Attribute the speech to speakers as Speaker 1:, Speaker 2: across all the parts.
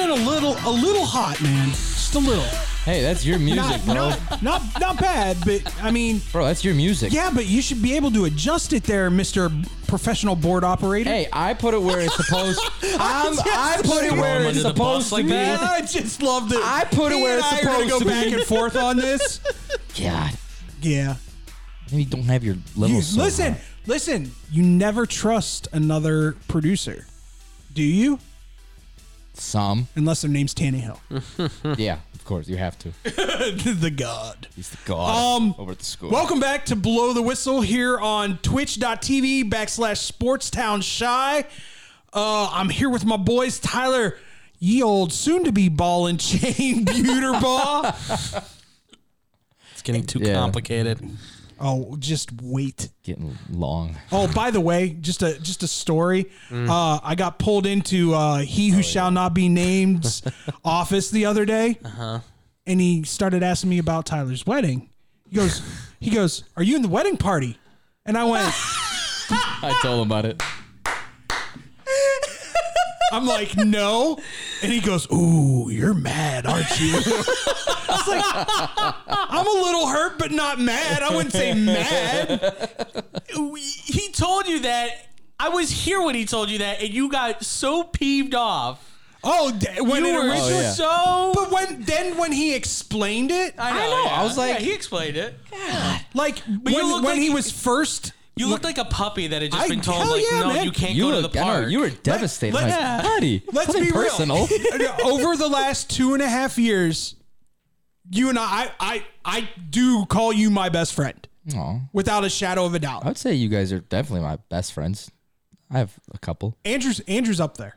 Speaker 1: a little hot, man. Just a little.
Speaker 2: Hey, that's your
Speaker 1: Not,
Speaker 2: music, bro.
Speaker 1: not, not, not bad, but I mean,
Speaker 2: Bro, that's your music.
Speaker 1: yeah, but you should be able to adjust it there, Mister Professional Board Operator.
Speaker 2: Hey, I put it where it's supposed. I'm, I
Speaker 1: Just
Speaker 2: put it
Speaker 1: throw
Speaker 2: where
Speaker 3: him
Speaker 2: it's
Speaker 3: under the
Speaker 2: supposed
Speaker 3: bus
Speaker 2: to
Speaker 3: like
Speaker 2: be.
Speaker 3: that.
Speaker 1: I just loved it.
Speaker 2: I put it
Speaker 1: He and
Speaker 2: where it's
Speaker 1: I are gonna
Speaker 2: supposed
Speaker 1: go
Speaker 2: to
Speaker 1: back
Speaker 2: be.
Speaker 1: and forth on this.
Speaker 2: God,
Speaker 1: Yeah.
Speaker 2: maybe you don't have your level.
Speaker 1: You-
Speaker 2: Oh, so
Speaker 1: listen,
Speaker 2: high.
Speaker 1: listen. You never trust another producer, do you?
Speaker 2: some.
Speaker 1: Unless their name's Tannehill,
Speaker 2: Yeah, of course you have to.
Speaker 1: the God.
Speaker 2: He's the god
Speaker 1: Um,
Speaker 2: uh, over at the school.
Speaker 1: Welcome back to Blow the Whistle here on twitch.tv backslash sportstown shy. Uh, I'm here with my boys, Tyler, ye old soon to be ball and chain buterbaugh.
Speaker 3: It's getting too
Speaker 2: Yeah.
Speaker 3: complicated.
Speaker 1: oh, just wait.
Speaker 2: Getting long.
Speaker 1: Oh, by the way, just a just a story.
Speaker 2: Mm.
Speaker 1: Uh, I got pulled into uh, he
Speaker 2: Oh,
Speaker 1: who shall not be named's office the other day,
Speaker 2: Uh-huh.
Speaker 1: and he started asking me about Tyler's wedding. He goes, he goes, "Are you in the wedding party?" And I went,
Speaker 2: I told him about it.
Speaker 1: "I'm like, no." And he goes, "Ooh, you're mad, aren't you?" It's like I'm a little hurt, but not mad. I wouldn't say mad.
Speaker 4: He told you that. I was here when he told you that, and you got so peeved off.
Speaker 1: Oh, d- when
Speaker 4: You
Speaker 1: it
Speaker 4: were
Speaker 1: originally,
Speaker 2: Oh, yeah.
Speaker 4: so.
Speaker 1: but when then when he explained it,
Speaker 4: I know.
Speaker 2: I was
Speaker 4: yeah.
Speaker 2: like-
Speaker 4: Yeah, he explained it.
Speaker 1: Like
Speaker 4: you
Speaker 1: when, when
Speaker 4: look like
Speaker 1: he
Speaker 4: you-
Speaker 1: was first.
Speaker 4: You looked like a puppy that had just
Speaker 1: I-
Speaker 4: been told,
Speaker 1: hell
Speaker 4: like,
Speaker 1: yeah,
Speaker 4: no,
Speaker 1: man.
Speaker 4: you can't
Speaker 2: You
Speaker 4: go
Speaker 2: were,
Speaker 4: to the
Speaker 2: I
Speaker 4: park.
Speaker 2: know, you were devastated.
Speaker 1: let's-
Speaker 2: like, buddy,
Speaker 1: Let's
Speaker 2: nothing
Speaker 1: be
Speaker 2: personal.
Speaker 1: real. uh, Over the last two and a half years, you and I, I, I, I do call you my best friend
Speaker 2: Aw.
Speaker 1: without a shadow of a doubt.
Speaker 2: I would say you guys are definitely my best friends. I have a couple.
Speaker 1: Andrew's Andrew's up there,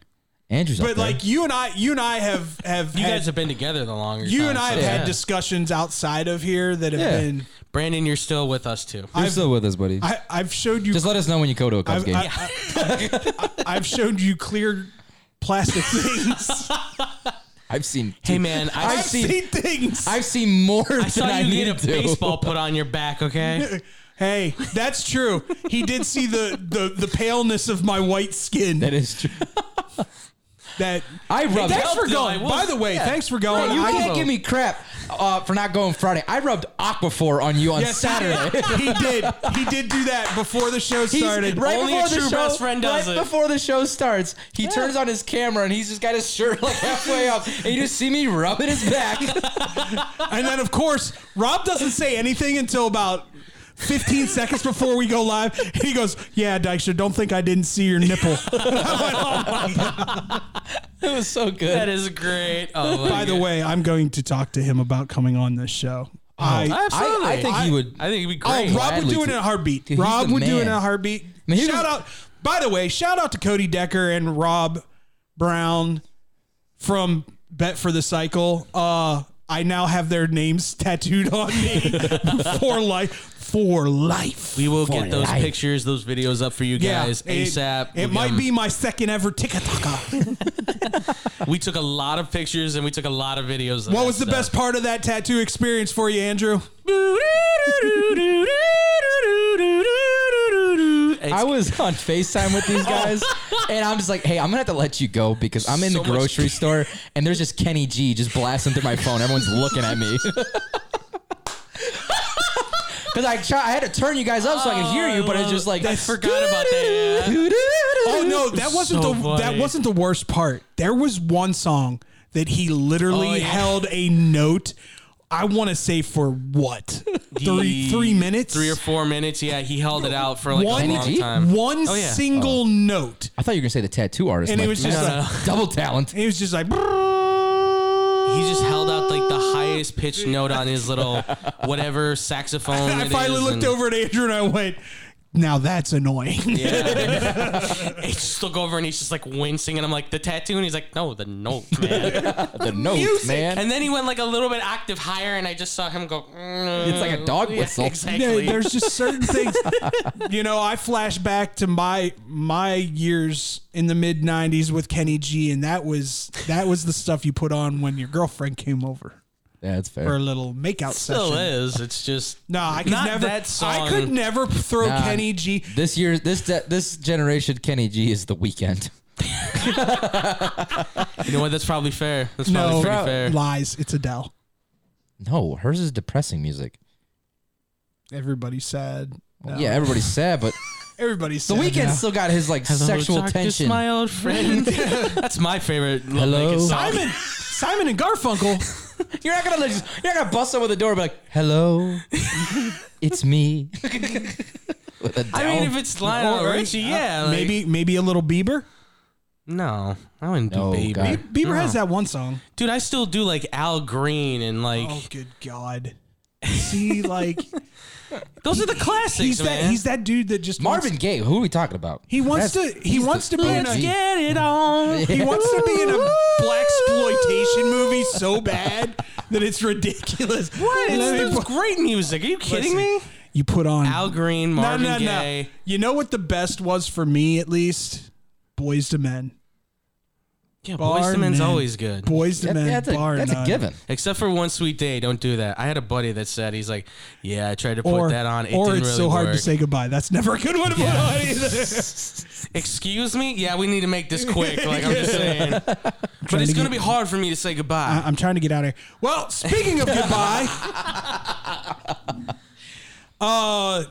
Speaker 2: Andrew's
Speaker 1: but
Speaker 2: up there.
Speaker 1: like you and I, you and I have have
Speaker 4: You
Speaker 1: had,
Speaker 4: guys have been together the longer.
Speaker 1: you
Speaker 4: time,
Speaker 1: and I
Speaker 4: so
Speaker 1: have
Speaker 4: yeah.
Speaker 1: had discussions outside of here that have
Speaker 2: Yeah.
Speaker 1: been.
Speaker 4: Brandon, you're still with us too.
Speaker 2: you're still with us, buddy.
Speaker 1: I, I've showed you.
Speaker 2: Just let us know when you go to a Cubs
Speaker 1: I've,
Speaker 2: game.
Speaker 1: I, I, have showed you clear plastic things.
Speaker 2: I've seen.
Speaker 4: Hey man, I,
Speaker 2: I've
Speaker 1: I've
Speaker 2: seen-
Speaker 1: seen, things.
Speaker 2: I've seen more
Speaker 4: I saw
Speaker 2: than I
Speaker 4: you
Speaker 2: need
Speaker 4: need a
Speaker 2: to.
Speaker 4: baseball put on your back. Okay,
Speaker 1: Hey, that's true. He did see the, the, the paleness of my white skin.
Speaker 2: That is true.
Speaker 1: that
Speaker 2: I rubbed.
Speaker 1: thanks for
Speaker 4: though,
Speaker 1: going.
Speaker 4: I will-
Speaker 1: By the way,
Speaker 4: yeah.
Speaker 1: thanks for going.
Speaker 2: Hey, you
Speaker 1: I-
Speaker 2: can't give me crap uh, for not going Friday. I rubbed Aquaphor on you on
Speaker 1: Yes, he
Speaker 2: Saturday.
Speaker 1: did. He did. He did do that before the show
Speaker 2: He's-
Speaker 1: started.
Speaker 2: right
Speaker 4: Only a
Speaker 2: before the
Speaker 4: true
Speaker 2: show,
Speaker 4: best friend does
Speaker 2: right
Speaker 4: it.
Speaker 2: before the show starts, he turns on his camera and he's just got his shirt like halfway up, and you just see me rubbing his back.
Speaker 1: And then, of course, Rob doesn't say anything until about 15 seconds before we go live. He goes, "Yeah, Dykstra, don't think I didn't see your nipple." "Oh
Speaker 2: it was so good.
Speaker 4: that is great. Oh, my
Speaker 1: By the
Speaker 4: God.
Speaker 1: way, I'm going to talk to him about coming on this show. I,
Speaker 4: absolutely.
Speaker 2: I, I think he would.
Speaker 4: I think it'd be
Speaker 1: Oh,
Speaker 4: great.
Speaker 1: Rob would
Speaker 2: Gladly
Speaker 1: do it
Speaker 2: to-
Speaker 1: in a heartbeat.
Speaker 2: Dude, he's
Speaker 1: Rob
Speaker 2: the
Speaker 1: would do it
Speaker 2: man.
Speaker 1: in a heartbeat.
Speaker 2: mean, he
Speaker 1: shout
Speaker 2: was-
Speaker 1: out, by the way, shout out to Cody Decker and Rob Brown from Bet for the Cycle. Uh, I now have their names tattooed on me for life. For life.
Speaker 4: we will get those
Speaker 2: life.
Speaker 4: pictures, those videos up for you guys
Speaker 1: it-
Speaker 4: ASAP.
Speaker 1: It,
Speaker 4: We'll
Speaker 1: might
Speaker 4: get
Speaker 1: be my second ever tikataka.
Speaker 4: them- We took a lot of pictures and we took a lot of videos. Of
Speaker 1: what
Speaker 4: that
Speaker 1: was the
Speaker 4: stuff.
Speaker 1: best part of that tattoo experience for you, Andrew?
Speaker 2: I was on FaceTime with these guys, and I'm just like, hey, I'm gonna have to let you go because I'm in
Speaker 4: So
Speaker 2: the
Speaker 4: much-
Speaker 2: grocery store, and there's just Kenny G just blasting through my phone. Everyone's looking at me. Because I, try, I had to turn you guys up so I could hear you, but it's just like
Speaker 4: I forgot about that, yeah.
Speaker 1: Oh no, that wasn't
Speaker 4: so
Speaker 1: the
Speaker 4: funny.
Speaker 1: that wasn't the worst part. There was one song that he literally
Speaker 4: Oh, yeah.
Speaker 1: held a note. I want to say for what three three minutes,
Speaker 4: three or four minutes. Yeah, he held it out for like
Speaker 1: One-
Speaker 4: a long
Speaker 2: G?
Speaker 4: time.
Speaker 1: one
Speaker 4: Oh, yeah.
Speaker 1: single note,
Speaker 2: I thought you were gonna say the tattoo artist,
Speaker 1: and
Speaker 2: like,
Speaker 1: it was just
Speaker 4: no,
Speaker 1: like
Speaker 2: double talent.
Speaker 1: it was just like
Speaker 4: He just held out like the highest pitched note on his little whatever saxophone.
Speaker 1: I
Speaker 4: it
Speaker 1: finally
Speaker 4: is,
Speaker 1: looked
Speaker 4: and-
Speaker 1: over at Andrew and I went, "Now that's annoying."
Speaker 4: He just look over and he's just like wincing, and I'm like the tattoo, and he's like, no, the note, man.
Speaker 2: The notes, man.
Speaker 4: and then he went like a little bit octave higher, and I just saw him go. "Mm."
Speaker 2: It's like a dog
Speaker 4: Yeah,
Speaker 2: whistle.
Speaker 4: exactly.
Speaker 1: No, there's just certain things. you know, I flash back to my my years in the mid '90s with Kenny G, and that was that was the stuff you put on when your girlfriend came over
Speaker 2: yeah, that's fair.
Speaker 1: for a little makeout
Speaker 4: still
Speaker 1: session.
Speaker 4: is. It's just
Speaker 1: No, I could
Speaker 4: Not
Speaker 1: never.
Speaker 4: that
Speaker 1: I could
Speaker 4: song.
Speaker 1: never throw
Speaker 2: Nah,
Speaker 1: Kenny G.
Speaker 2: This year, this de- this generation, Kenny G is the weekend.
Speaker 4: You know what? That's probably fair. That's probably
Speaker 1: No,
Speaker 4: pretty fair.
Speaker 1: lies. It's Adele.
Speaker 2: No, hers is depressing music.
Speaker 1: Everybody's sad. No.
Speaker 2: Yeah, everybody's sad, but
Speaker 1: Everybody's
Speaker 2: The
Speaker 1: sad.
Speaker 2: Weeknd
Speaker 1: now.
Speaker 2: still got his like sexual
Speaker 4: Hello, darkness,
Speaker 2: tension.
Speaker 4: my old friend. That's my favorite. Love
Speaker 2: Hello?
Speaker 4: Naked song.
Speaker 1: Simon, Simon and Garfunkel.
Speaker 2: You're not gonna just, you're not gonna bust over the door and be like, "Hello, it's me." With a
Speaker 4: I mean,
Speaker 2: down-
Speaker 4: if it's Lionel
Speaker 1: Or-
Speaker 4: Richie, yeah. like-
Speaker 1: Oh, Uh, maybe maybe a little Bieber.
Speaker 4: No, I wouldn't
Speaker 2: No,
Speaker 4: do baby.
Speaker 2: God.
Speaker 1: Bieber has that one song.
Speaker 4: Dude, I still do like Al Green and like
Speaker 1: Oh, good God. See, like
Speaker 4: those are the classics,
Speaker 1: he's
Speaker 4: man.
Speaker 1: that he's that dude that just
Speaker 2: Marvin
Speaker 1: Wants,
Speaker 2: Gaye, who are we talking about?
Speaker 1: he wants
Speaker 2: That's-
Speaker 1: to he
Speaker 2: he's
Speaker 1: wants
Speaker 2: the
Speaker 1: to be in
Speaker 2: OG.
Speaker 1: a
Speaker 4: Let's get it on.
Speaker 1: he wants to be in a black exploitation movie so bad that it's ridiculous.
Speaker 4: What?
Speaker 1: Let me
Speaker 4: It's,
Speaker 1: put-
Speaker 4: it's great music. Are you kidding me?
Speaker 1: Listen, You put on
Speaker 4: Al Green, Marvin Gaye.
Speaker 1: You know what the best was for me, at least? Boys to Men.
Speaker 4: Yeah,
Speaker 1: Bar
Speaker 4: Boys to Men's
Speaker 1: None.
Speaker 4: always good.
Speaker 1: Boys to
Speaker 2: That-
Speaker 1: Men.
Speaker 2: that's a,
Speaker 1: bar
Speaker 2: that's a
Speaker 1: none.
Speaker 2: given.
Speaker 4: Except for one sweet day, don't do that. I had a buddy that said he's like, "Yeah, I tried to put
Speaker 1: Or,
Speaker 4: that on. It
Speaker 1: or
Speaker 4: didn't
Speaker 1: it's
Speaker 4: really
Speaker 1: so hard
Speaker 4: work."
Speaker 1: to say goodbye. That's never a good one to put on either.
Speaker 4: Excuse me? Yeah, we need to make this quick. Like I'm just saying, but it's
Speaker 1: to
Speaker 4: gonna
Speaker 1: get-
Speaker 4: be hard for me to say goodbye.
Speaker 1: I- I'm trying to get out of here. Well, speaking of goodbye, uh,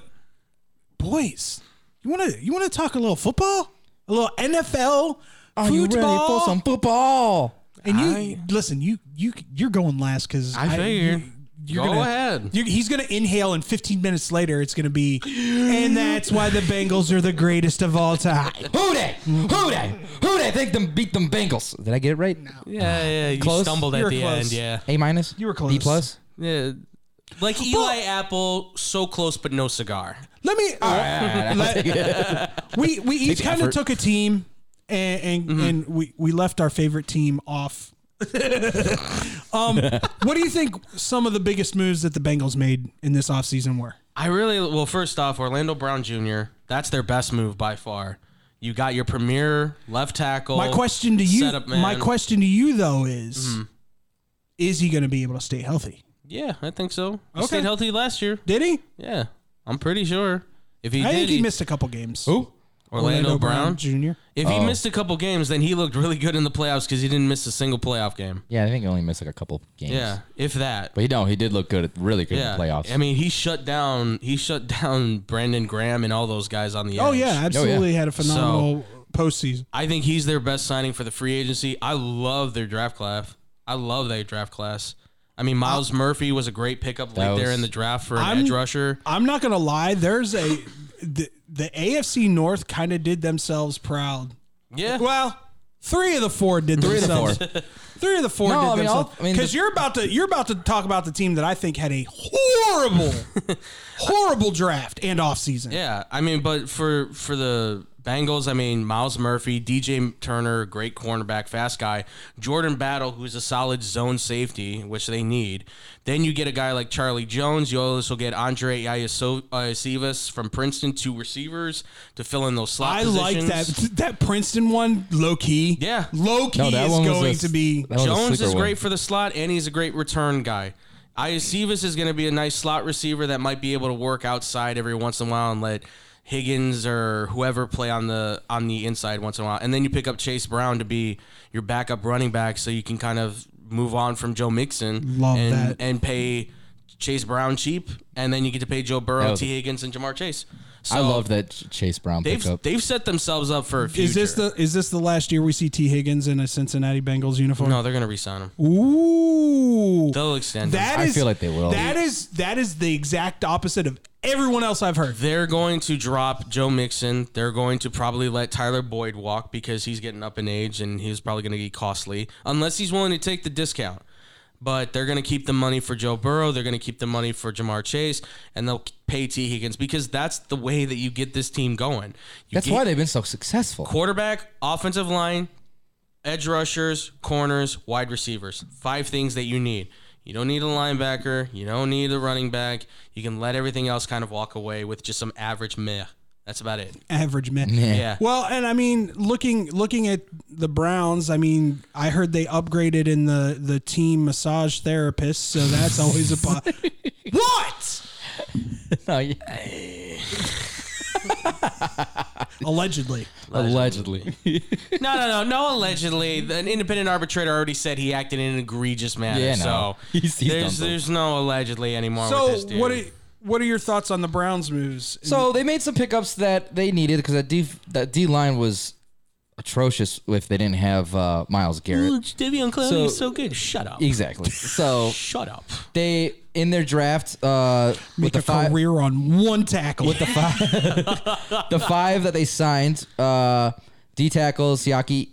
Speaker 1: boys, you want to you want to talk a little football, a little NFL
Speaker 2: Are you ready for
Speaker 1: football?
Speaker 2: some football?
Speaker 1: And you
Speaker 4: I-
Speaker 1: listen, you you you're going last because
Speaker 4: I figure.
Speaker 1: You're
Speaker 4: Go
Speaker 1: gonna,
Speaker 4: ahead.
Speaker 1: you he's going to inhale, and 15 minutes later, it's going to be, and that's why the Bengals are the greatest of all time.
Speaker 2: Who they? Who they? Who they think them beat them Bengals? Did I get it right? No.
Speaker 4: yeah, yeah, you
Speaker 2: Close?
Speaker 4: stumbled at
Speaker 1: You're
Speaker 4: the
Speaker 1: close.
Speaker 4: end. Yeah,
Speaker 2: A minus.
Speaker 1: You were
Speaker 2: B
Speaker 1: close.
Speaker 2: plus.
Speaker 4: yeah. Like Eli Apple, so close but no cigar.
Speaker 1: Let me. uh, let- we we each
Speaker 2: the
Speaker 1: kind of
Speaker 2: effort.
Speaker 1: took a team, and and,
Speaker 4: Mm-hmm.
Speaker 1: and we we left our favorite team off. um, what do you think some of the biggest moves that the Bengals made in this offseason were?
Speaker 4: I really well. First off, Orlando Brown Jr. That's their best move by far. You got your premier left tackle.
Speaker 1: My question to you,
Speaker 4: setup man. Mm-hmm.
Speaker 1: my question to you though is, is he going to be able to stay healthy?
Speaker 4: Yeah, I think so. He
Speaker 1: Okay.
Speaker 4: stayed healthy last year.
Speaker 1: Did he?
Speaker 4: Yeah, I'm pretty sure. If he
Speaker 1: I
Speaker 4: did,
Speaker 1: think he missed a couple games.
Speaker 2: Who?
Speaker 4: Orlando, Brown.
Speaker 1: Jr.
Speaker 4: If he missed a couple games, then he looked really good in the playoffs because he didn't miss a single playoff game.
Speaker 2: Yeah, I think he only missed like a couple games.
Speaker 4: Yeah, if that.
Speaker 2: But he no, he did look good, really good
Speaker 4: yeah,
Speaker 2: in the playoffs.
Speaker 4: I mean, he shut down. He shut down Brandon Graham and all those guys on the.
Speaker 1: Oh
Speaker 4: edge.
Speaker 1: yeah, absolutely had a phenomenal postseason.
Speaker 4: I think he's their best signing for the free agency. I love their draft class. I love their draft class. I mean, Miles Murphy was a great pickup late
Speaker 2: That
Speaker 4: there
Speaker 2: was-
Speaker 4: in the draft for an
Speaker 1: Uh, I'm-
Speaker 4: edge rusher.
Speaker 1: I'm not gonna lie. There's a the, the AFC North kind of did themselves proud.
Speaker 4: Yeah,
Speaker 1: Well, three of the four did
Speaker 2: Three of the
Speaker 1: themselves. Three of the four
Speaker 2: No,
Speaker 1: did
Speaker 2: I mean,
Speaker 1: themselves.
Speaker 2: all- I mean,
Speaker 1: Because
Speaker 2: the-
Speaker 1: you're about to you're about to talk about the team that I think had a horrible, horrible draft and offseason.
Speaker 4: yeah. I mean, but for for the Bengals, I mean, Miles Murphy, DJ Turner, great cornerback, fast guy. Jordan Battle, who's a solid zone safety, which they need. Then you get a guy like Charlie Jones. You also get Andre Iacivas from Princeton, two receivers to fill in those slot
Speaker 1: I like
Speaker 4: positions.
Speaker 1: that that Princeton one low key.
Speaker 4: Yeah.
Speaker 1: low key
Speaker 2: no, that
Speaker 1: is
Speaker 2: one was
Speaker 1: going
Speaker 2: a-
Speaker 1: to be.
Speaker 2: that was a
Speaker 4: Jones
Speaker 2: sleeper
Speaker 4: is
Speaker 2: one.
Speaker 4: great for the slot, and he's a great return guy. Iacivas is going to be a nice slot receiver that might be able to work outside every once in a while and let Higgins or whoever play on the on the inside once in a while. And then you pick up Chase Brown to be your backup running back, so you can kind of move on from Joe Mixon
Speaker 1: Love
Speaker 4: and
Speaker 1: that.
Speaker 4: and pay Chase Brown cheap, and then you get to pay Joe
Speaker 2: That
Speaker 4: Burrow,
Speaker 2: was-
Speaker 4: T Higgins, and Jamar Chase. So
Speaker 2: I loved that Ch- Chase Brown
Speaker 4: they've
Speaker 2: pickup.
Speaker 4: they've set themselves up for a future.
Speaker 1: Is this the is this the last year we see T Higgins in a Cincinnati Bengals uniform?
Speaker 4: no? They're going to resign him.
Speaker 1: Ooh,
Speaker 4: They'll extend him.
Speaker 1: that
Speaker 2: I
Speaker 1: is.
Speaker 2: feel like they will.
Speaker 1: That is that is the exact opposite of everyone else I've heard.
Speaker 4: They're going to drop Joe Mixon. They're going to probably let Tyler Boyd walk because he's getting up in age and he's probably going to be costly unless he's willing to take the discount. But they're going to keep the money for Joe Burrow. They're going to keep the money for Jamar Chase, and they'll pay T Higgins because that's the way that you get this team going. You
Speaker 2: That's
Speaker 4: get
Speaker 2: why they've been so successful.
Speaker 4: quarterback, offensive line, edge rushers, corners, wide receivers. Five things that you need. You don't need a linebacker. You don't need a running back. You can let everything else kind of walk away with just some average meh. That's about it.
Speaker 1: Average man.
Speaker 4: Yeah.
Speaker 1: Well, and I mean, looking looking at the Browns, I mean, I heard they upgraded in the the team massage therapist, so that's always a po- what.
Speaker 2: No, yeah.
Speaker 1: allegedly.
Speaker 2: Allegedly.
Speaker 4: No, no, no, no. Allegedly, an independent arbitrator already said he acted in an egregious manner.
Speaker 2: Yeah, no.
Speaker 4: So
Speaker 2: He's- he's done
Speaker 4: there's
Speaker 2: something.
Speaker 4: there's no allegedly anymore. with
Speaker 1: So
Speaker 4: this dude.
Speaker 1: what are, what are your thoughts on the Browns' moves?
Speaker 2: So they made some pickups that they needed because that D that D line was atrocious if they didn't have uh, Miles Garrett.
Speaker 5: Davion Clowney
Speaker 2: So-
Speaker 5: is so good. Shut up.
Speaker 2: Exactly. So
Speaker 5: Shut up.
Speaker 2: they in their draft uh, with
Speaker 1: make a
Speaker 2: the five
Speaker 1: career on one tackle.
Speaker 2: with the five the five that they signed uh, D tackle Siaki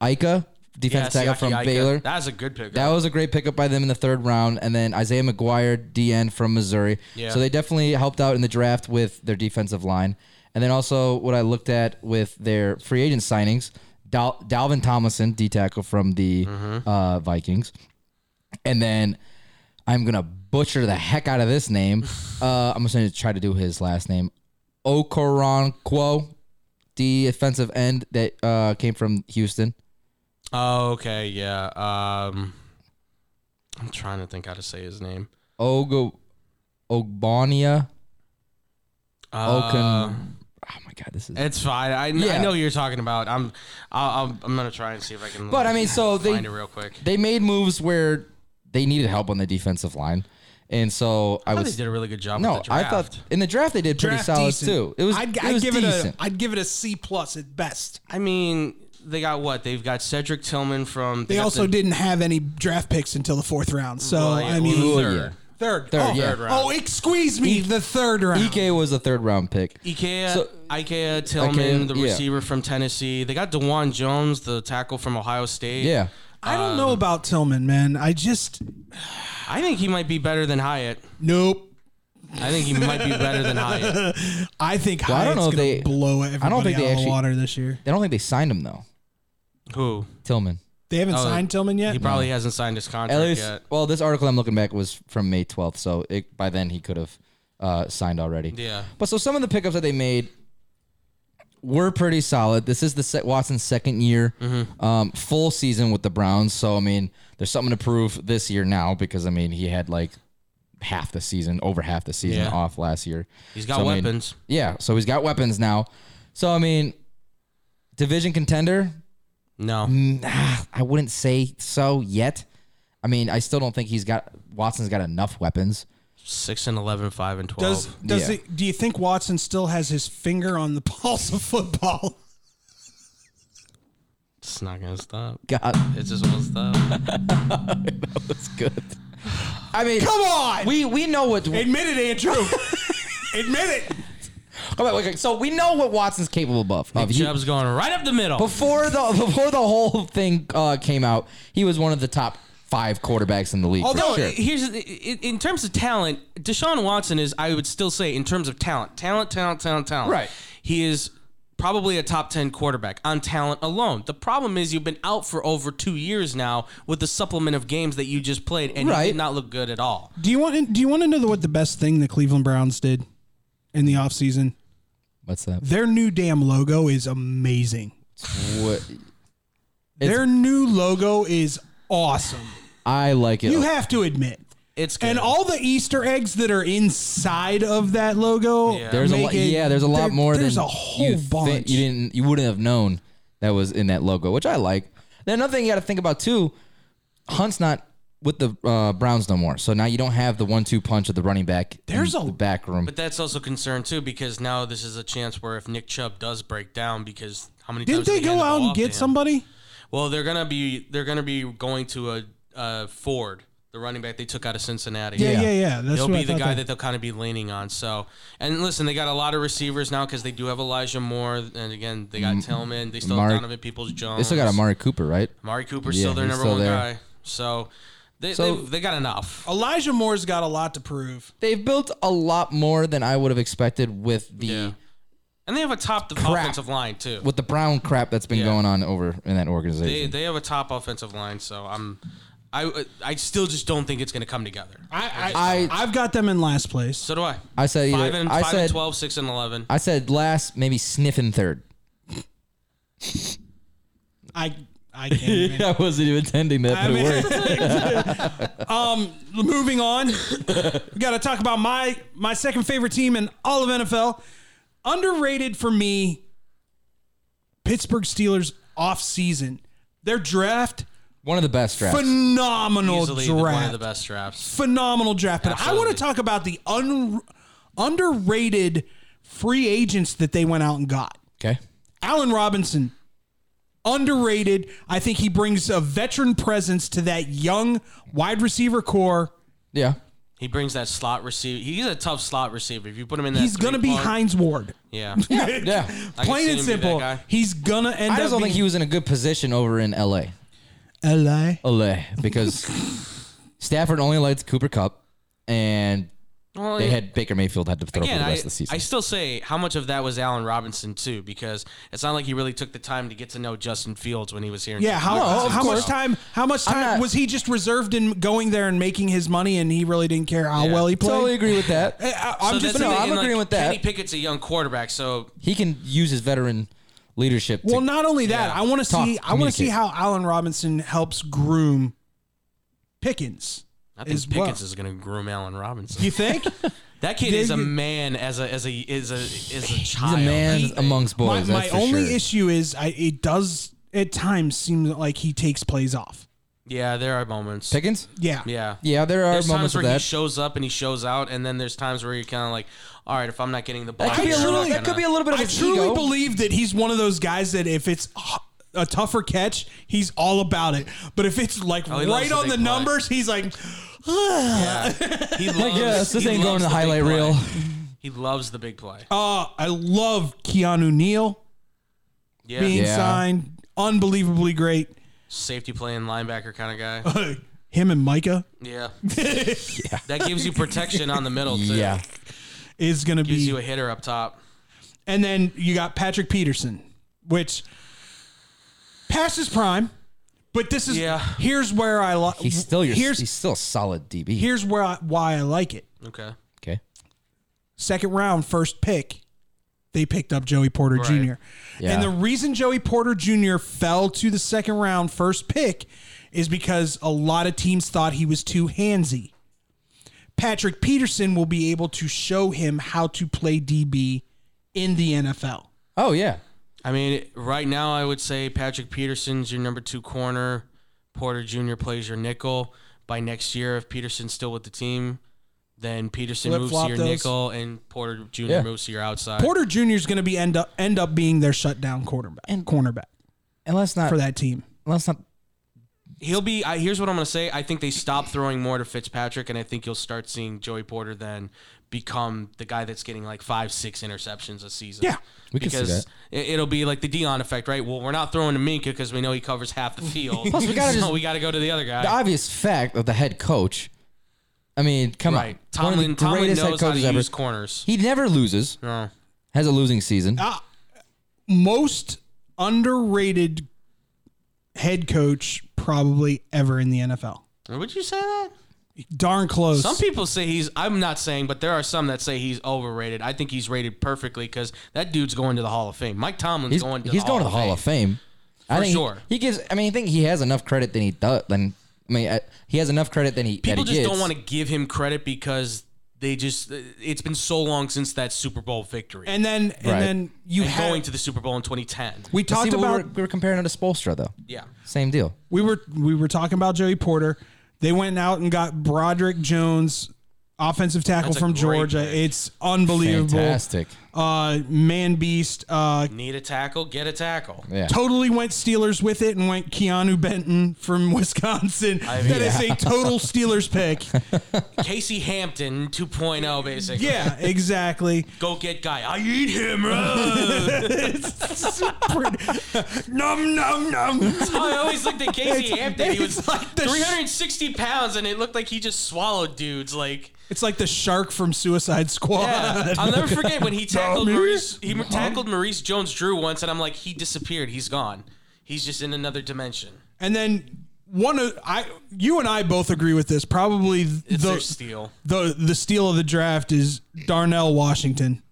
Speaker 2: Ika
Speaker 4: Yeah,
Speaker 2: defensive tackle
Speaker 4: Siaki
Speaker 2: from
Speaker 4: Ika.
Speaker 2: Baylor.
Speaker 4: That's a good pickup.
Speaker 2: That was a great pickup by them in the third round, and then Isaiah McGuire, DN from Missouri.
Speaker 4: Yeah.
Speaker 2: So they definitely helped out in the draft with their defensive line, and then also what I looked at with their free agent signings: Dal- Dalvin Tomlinson, D tackle from the uh, Vikings, and then I'm gonna butcher the heck out of this name. uh, I'm just gonna try to do his last name, Okoronkwo, defensive end that uh, came from Houston.
Speaker 4: oh, okay, yeah. Um, I'm trying to think how to say his name.
Speaker 2: Ogo Ogbonia.
Speaker 4: Uh,
Speaker 2: Okan. oh my god, this is.
Speaker 4: It's fine. I, kn- I
Speaker 2: Yeah.
Speaker 4: know who you're talking about. I'm I'll, I'll, I'm gonna try and see if I can.
Speaker 2: But I mean, so they
Speaker 4: find it real quick.
Speaker 2: they made moves where they needed help on the defensive line, and so I
Speaker 4: I thought they
Speaker 2: was
Speaker 4: did a really good job.
Speaker 2: no,
Speaker 4: with the
Speaker 2: I
Speaker 4: draft.
Speaker 2: thought in the draft they did pretty
Speaker 1: Draft
Speaker 2: solid
Speaker 1: decent.
Speaker 2: too. It was
Speaker 1: I'd,
Speaker 2: it
Speaker 1: I'd
Speaker 2: was
Speaker 1: give it
Speaker 2: decent.
Speaker 1: a I'd give it a C plus at best.
Speaker 4: I mean, they got what? They've got Cedric Tillman from.
Speaker 1: They
Speaker 4: got
Speaker 1: also
Speaker 4: the-
Speaker 1: didn't have any draft picks until the fourth round. So
Speaker 4: Well, yeah,
Speaker 1: I mean,
Speaker 2: Oh,
Speaker 4: well,
Speaker 2: yeah.
Speaker 4: third.
Speaker 1: third,
Speaker 2: Third,
Speaker 1: oh,
Speaker 2: yeah.
Speaker 1: oh, excuse me, the third round.
Speaker 2: Ek E was a third round
Speaker 4: E
Speaker 2: pick.
Speaker 4: Ikea,
Speaker 2: So-
Speaker 4: Ikea Tillman,
Speaker 2: Ikea,
Speaker 4: the
Speaker 2: yeah.
Speaker 4: receiver from Tennessee. They got Dewan Jones, the tackle from Ohio State.
Speaker 2: Yeah,
Speaker 1: I don't
Speaker 2: um,
Speaker 1: know about Tillman, man. I just
Speaker 4: I think he might be better than Hyatt.
Speaker 1: nope.
Speaker 4: I think he might be better than Hyatt.
Speaker 1: I think
Speaker 2: I don't
Speaker 1: Hyatt's
Speaker 2: know if
Speaker 1: gonna
Speaker 2: they-
Speaker 1: blow everybody
Speaker 2: don't think
Speaker 1: out
Speaker 2: they
Speaker 1: of
Speaker 2: actually-
Speaker 1: the water this year.
Speaker 2: I don't think they signed him though.
Speaker 4: Who?
Speaker 2: Tillman.
Speaker 1: They haven't signed Tillman yet.
Speaker 4: He probably hasn't signed his contract
Speaker 2: At least,
Speaker 4: yet.
Speaker 2: well, this article I'm looking back was from May 12th, so it, by then he could have uh, signed already.
Speaker 4: Yeah.
Speaker 2: But so some of the pickups that they made were pretty solid. This is the set Watson's second year,
Speaker 1: Mm-hmm.
Speaker 2: um, full season with the Browns. So I mean, there's something to prove this year now because I mean he had like half the season, over half the season
Speaker 4: Yeah.
Speaker 2: off last year.
Speaker 4: He's got
Speaker 2: So, I mean,
Speaker 4: weapons.
Speaker 2: yeah, so he's got weapons now. So I mean, division contender.
Speaker 4: no.
Speaker 2: Nah, I wouldn't say so yet. I mean, I still don't think he's got Watson's got enough weapons.
Speaker 4: 6 and 11, 5 and 12.
Speaker 1: does does
Speaker 2: Yeah.
Speaker 1: it, do you think Watson still has his finger on the pulse of football?
Speaker 4: it's not going to stop.
Speaker 2: God,
Speaker 4: It just won't stop.
Speaker 2: that's good. I mean,
Speaker 1: Come on,
Speaker 2: we we know what
Speaker 1: admit it, Andrew. admit it.
Speaker 2: Come on, okay, so we know what Watson's capable of. of. He-
Speaker 4: Chubb's going right up the middle.
Speaker 2: before the before the whole thing uh, came out, he was one of the top five quarterbacks in the league.
Speaker 4: Although
Speaker 2: for sure.
Speaker 4: uh, here's the- in, in terms of talent, Deshaun Watson is I would still say in terms of talent, talent, talent, talent, talent.
Speaker 2: Right.
Speaker 4: He is probably a top 10 quarterback on talent alone. The problem is you've been out for over 2 years now with the supplement of games that you just played and you
Speaker 2: Right.
Speaker 4: did not look good at all.
Speaker 1: Do you want do you want to know what the best thing the Cleveland Browns did in the offseason?
Speaker 2: what's that?
Speaker 1: Their new damn logo is amazing.
Speaker 2: What,
Speaker 1: Their new logo is awesome.
Speaker 2: I like it.
Speaker 1: You have to admit.
Speaker 4: It's good.
Speaker 1: And all the Easter eggs that are inside of that logo.
Speaker 4: Yeah.
Speaker 2: there's a
Speaker 1: make
Speaker 2: lot,
Speaker 1: it-
Speaker 2: yeah, there's a lot
Speaker 1: there-
Speaker 2: more
Speaker 1: There's
Speaker 2: than
Speaker 1: a whole
Speaker 2: you thi-
Speaker 1: bunch.
Speaker 2: you didn't you wouldn't have known that was in that logo, which I like. Then another thing you got to think about too, Hunt's not with the uh, Browns no more, so now you don't have the one-two punch of the running back. in
Speaker 1: There's a-
Speaker 2: the back room.
Speaker 4: but that's also concern too because now this is a chance where if Nick Chubb does break down because how many
Speaker 1: Didn't
Speaker 4: times did
Speaker 1: they
Speaker 4: he hand
Speaker 1: go
Speaker 4: the
Speaker 1: out
Speaker 4: ball
Speaker 1: and
Speaker 4: off to
Speaker 1: get
Speaker 4: him?
Speaker 1: somebody?
Speaker 4: Well, they're gonna be they're gonna be going to a uh, Ford, the running back they took out of Cincinnati.
Speaker 1: Yeah,
Speaker 2: Yeah.
Speaker 1: yeah, yeah. That's
Speaker 4: He'll
Speaker 1: what
Speaker 4: be
Speaker 1: I
Speaker 4: the
Speaker 1: thought
Speaker 4: guy
Speaker 1: that-
Speaker 4: that they'll kind of be leaning on. So, and listen, they got a lot of receivers now because they do have Elijah Moore, and again, they got Tillman. They still
Speaker 2: Amari-
Speaker 4: have Donovan Peoples Jones.
Speaker 2: they still got Amari Cooper, right?
Speaker 4: Amari Cooper's
Speaker 2: Yeah,
Speaker 4: still their
Speaker 2: he's
Speaker 4: number
Speaker 2: still
Speaker 4: one
Speaker 2: there.
Speaker 4: guy. So, they,
Speaker 2: So- Oh,
Speaker 4: they they got enough.
Speaker 1: Elijah Moore's got a lot to prove.
Speaker 2: They've built a lot more than I would have expected with the.
Speaker 4: Yeah. And they have a top
Speaker 2: Crap.
Speaker 4: offensive line too.
Speaker 2: with the brown crap that's been
Speaker 4: Yeah.
Speaker 2: going on over in that
Speaker 4: They
Speaker 2: organization.
Speaker 4: they have a top offensive line. So I'm, I I still just don't think it's gonna come together.
Speaker 1: I, I,
Speaker 2: I-
Speaker 1: I've got them in last place.
Speaker 4: So do I.
Speaker 2: I said either,
Speaker 4: Five and
Speaker 2: I
Speaker 4: five
Speaker 2: said
Speaker 4: and 12, 6 and eleven.
Speaker 2: I said last, maybe sniffing third.
Speaker 1: I I can't. even-
Speaker 2: I wasn't even intending that,
Speaker 1: I mean, um, moving on, we got to talk about my my second favorite team in all of NFL. Underrated for me Pittsburgh Steelers off season. Their draft,
Speaker 2: One of the best drafts.
Speaker 1: phenomenal
Speaker 4: Easily the-
Speaker 1: draft.
Speaker 4: one of the best drafts.
Speaker 1: phenomenal draft. But I want
Speaker 4: Absolutely.
Speaker 1: to talk about the un- underrated free agents that they went out and got.
Speaker 2: okay.
Speaker 1: Allen Robinson, underrated. I think he brings a veteran presence to that young wide receiver core.
Speaker 2: Yeah.
Speaker 4: He brings that slot receiver. He's a tough slot receiver. If you put him in that,
Speaker 1: He's going to be
Speaker 4: three-point-
Speaker 1: Heinz Ward.
Speaker 4: Yeah,
Speaker 2: Yeah.
Speaker 4: I can
Speaker 1: Plain and
Speaker 4: see him be that
Speaker 1: simple.
Speaker 4: guy.
Speaker 1: He's going to end
Speaker 2: I
Speaker 1: up
Speaker 2: just don't think
Speaker 1: being
Speaker 2: he was in a good position over in LA.
Speaker 1: LA.
Speaker 2: LA because Stafford only likes Cooper Cup and
Speaker 4: Well,
Speaker 2: they
Speaker 4: yeah.
Speaker 2: had Baker Mayfield had to throw for
Speaker 4: Again,
Speaker 2: the
Speaker 4: I,
Speaker 2: rest of the season.
Speaker 4: I still say how much of that was Allen Robinson too, because it's not like he really took the time to get to know Justin Fields when he was here. in
Speaker 1: Yeah, how,
Speaker 2: No, of
Speaker 1: how much
Speaker 2: course.
Speaker 1: time how much
Speaker 2: I'm
Speaker 1: time
Speaker 2: not-
Speaker 1: was he just reserved in going there and making his money and he really didn't care how
Speaker 4: Yeah.
Speaker 1: well he played? Eh,
Speaker 2: totally agree with that.
Speaker 1: I,
Speaker 4: So
Speaker 1: am
Speaker 4: that's
Speaker 1: just
Speaker 4: the
Speaker 2: no,
Speaker 4: thing,
Speaker 2: I'm
Speaker 4: and,
Speaker 2: agreeing with that.
Speaker 4: Kenny Pickett's a young quarterback, so
Speaker 2: He can use his veteran leadership.
Speaker 1: Well,
Speaker 2: to,
Speaker 1: not only that,
Speaker 4: Yeah.
Speaker 1: I want to
Speaker 2: Talk,
Speaker 1: see I want to see
Speaker 2: communicate.
Speaker 1: how Allen Robinson helps groom Pickens.
Speaker 4: I think
Speaker 1: as well.
Speaker 4: Pickens is going to groom Allen Robinson.
Speaker 1: You think?
Speaker 4: that kid
Speaker 1: Yeah,
Speaker 4: is a
Speaker 1: you-
Speaker 4: man as a as a is a is a
Speaker 2: he's
Speaker 4: child.
Speaker 2: a man
Speaker 4: He-
Speaker 2: amongst
Speaker 1: my
Speaker 2: boys.
Speaker 1: my
Speaker 2: that's for
Speaker 1: only
Speaker 2: sure.
Speaker 1: issue is I, it does at times seem like he takes plays off.
Speaker 4: Yeah, there are moments.
Speaker 2: Pickens.
Speaker 1: Yeah.
Speaker 4: yeah.
Speaker 2: Yeah, there are
Speaker 4: There's
Speaker 2: moments
Speaker 4: times
Speaker 2: of
Speaker 4: where he
Speaker 2: that.
Speaker 4: shows up and he shows out, and then there's times where you're kind of like, all right, if I'm not getting the ball,
Speaker 2: That could be a
Speaker 4: I'm not
Speaker 2: little. That
Speaker 4: gonna-"
Speaker 2: could be a little bit of
Speaker 1: I
Speaker 2: his
Speaker 1: truly
Speaker 2: ego.
Speaker 1: believe that he's one of those guys that if it's a tougher catch, he's all about it. But if it's like
Speaker 4: Oh, he loves
Speaker 1: right
Speaker 4: the
Speaker 1: on
Speaker 4: big
Speaker 1: the
Speaker 4: play.
Speaker 1: numbers, he's like,
Speaker 4: Yeah. He loves,
Speaker 2: yes, this
Speaker 4: he
Speaker 2: ain't going
Speaker 4: loves
Speaker 2: to
Speaker 4: the big
Speaker 2: highlight reel.
Speaker 4: play. He loves the big play.
Speaker 1: uh, I love Keanu Neal
Speaker 4: Yeah,
Speaker 1: being
Speaker 2: Yeah.
Speaker 1: signed. Unbelievably great.
Speaker 4: safety playing linebacker kind of guy.
Speaker 1: Him and Micah
Speaker 4: Yeah. that gives you protection on the middle. Too.
Speaker 2: Yeah,
Speaker 1: is going to
Speaker 4: gives
Speaker 1: be
Speaker 4: you a hitter up top.
Speaker 1: And then you got Patrick Peterson, which past his prime, but this is
Speaker 4: Yeah.
Speaker 1: here's where I like
Speaker 2: he's still your.
Speaker 1: here's
Speaker 2: he's still a solid DB.
Speaker 1: here's where I, why I like it.
Speaker 4: Okay,
Speaker 2: okay.
Speaker 1: Second round, first pick, they picked up Joey Porter Jr.
Speaker 2: Yeah.
Speaker 1: And the reason Joey Porter Jr. fell to the second round first pick is because a lot of teams thought he was too handsy. Patrick Peterson will be able to show him how to play DB in the NFL.
Speaker 2: Oh yeah.
Speaker 4: I mean, right now I would say Patrick Peterson's your number two corner. Porter Jr. plays your nickel. By next year, if Peterson's still with the team, then Peterson moves to
Speaker 1: Flip-flop
Speaker 4: your
Speaker 1: those.
Speaker 4: nickel, and Porter Jr.
Speaker 2: Yeah.
Speaker 4: moves to your outside.
Speaker 1: Porter Jr. is going to be end up end up being their shutdown quarterback
Speaker 2: And-
Speaker 1: cornerback
Speaker 2: And let's not.
Speaker 1: for that team.
Speaker 2: Let's not.
Speaker 4: He'll be. I, here's what I'm gonna say. I think they stop throwing more to Fitzpatrick, and I think you'll start seeing Joey Porter then become the guy that's getting like five, six interceptions a season.
Speaker 1: Yeah.
Speaker 2: We can see
Speaker 4: because
Speaker 2: that.
Speaker 4: it- it'll be like the Dion effect, right? Well, we're not throwing to Minka because we know he covers half the field.
Speaker 2: Plus, we gotta
Speaker 4: so
Speaker 2: just-
Speaker 4: we gotta go to the other guy.
Speaker 2: The obvious fact of the head coach. I mean, come
Speaker 4: right.
Speaker 2: on. One of the
Speaker 4: Tomlin. Tomlin
Speaker 2: greatest head
Speaker 4: knows how to
Speaker 2: coaches ever.
Speaker 4: use corners.
Speaker 2: He never loses.
Speaker 4: No.
Speaker 2: Has a losing season.
Speaker 4: Ah.
Speaker 1: Most underrated head coach probably ever in the NFL.
Speaker 4: Would you say that?
Speaker 1: Darn close.
Speaker 4: Some people say he's. I'm not saying, but there are some that say he's overrated. I think he's rated perfectly because that dudede's going to the Hall of Fame. Mike Tomlin's
Speaker 2: He's
Speaker 4: going. To
Speaker 2: he's
Speaker 4: the
Speaker 2: going to
Speaker 4: Hall
Speaker 2: the Hall of Fame. I
Speaker 4: For
Speaker 2: think he-
Speaker 4: sure.
Speaker 2: He, gives. I mean, I think he has enough credit than he does. Than I mean, I, he has enough credit than he.
Speaker 4: people
Speaker 2: that
Speaker 4: just
Speaker 2: he
Speaker 4: don't want to give him credit because they just it's been so long since that Super Bowl victory and,
Speaker 1: and then and
Speaker 2: Right.
Speaker 1: then you had,
Speaker 4: going to the Super Bowl in 2010.
Speaker 1: we
Speaker 2: Talked
Speaker 1: talked
Speaker 2: about.
Speaker 1: about
Speaker 2: We were, we were comparing him to Spolstra though.
Speaker 4: yeah,
Speaker 2: Same deal.
Speaker 1: we were we were talking about Joey Porter. They went out and got Broderick Jones, offensive tackle
Speaker 4: That's a
Speaker 1: from
Speaker 4: great
Speaker 1: Georgia.
Speaker 4: pick.
Speaker 1: It's unbelievable.
Speaker 2: Fantastic.
Speaker 1: Uh, man beast. Uh,
Speaker 4: need a tackle, get a tackle.
Speaker 2: Yeah.
Speaker 1: totally went Steelers with it and went Keanu Benton from Wisconsin. That is a total Steelers pick.
Speaker 4: Casey Hampton 2.0 basically.
Speaker 1: Yeah, exactly.
Speaker 4: Go get guy. I eat him. uh.
Speaker 1: Pretty- num num num.
Speaker 4: I always looked at Casey Hampton. He was
Speaker 1: It's like the sh-
Speaker 4: 360 pounds, and it looked like he just swallowed dudes. Like
Speaker 1: It's like the shark from Suicide Squad.
Speaker 4: Yeah. I'll never forget when he tackled
Speaker 1: Dummy.
Speaker 4: Maurice. He tackled Maurice Jones-Drew once, and I'm like, he disappeared. He's gone. He's just in another dimension.
Speaker 1: And then one of I, you and I both agree with this. Probably
Speaker 4: It's
Speaker 1: the
Speaker 4: their steal.
Speaker 1: the the steal of the draft is Darnell Washington,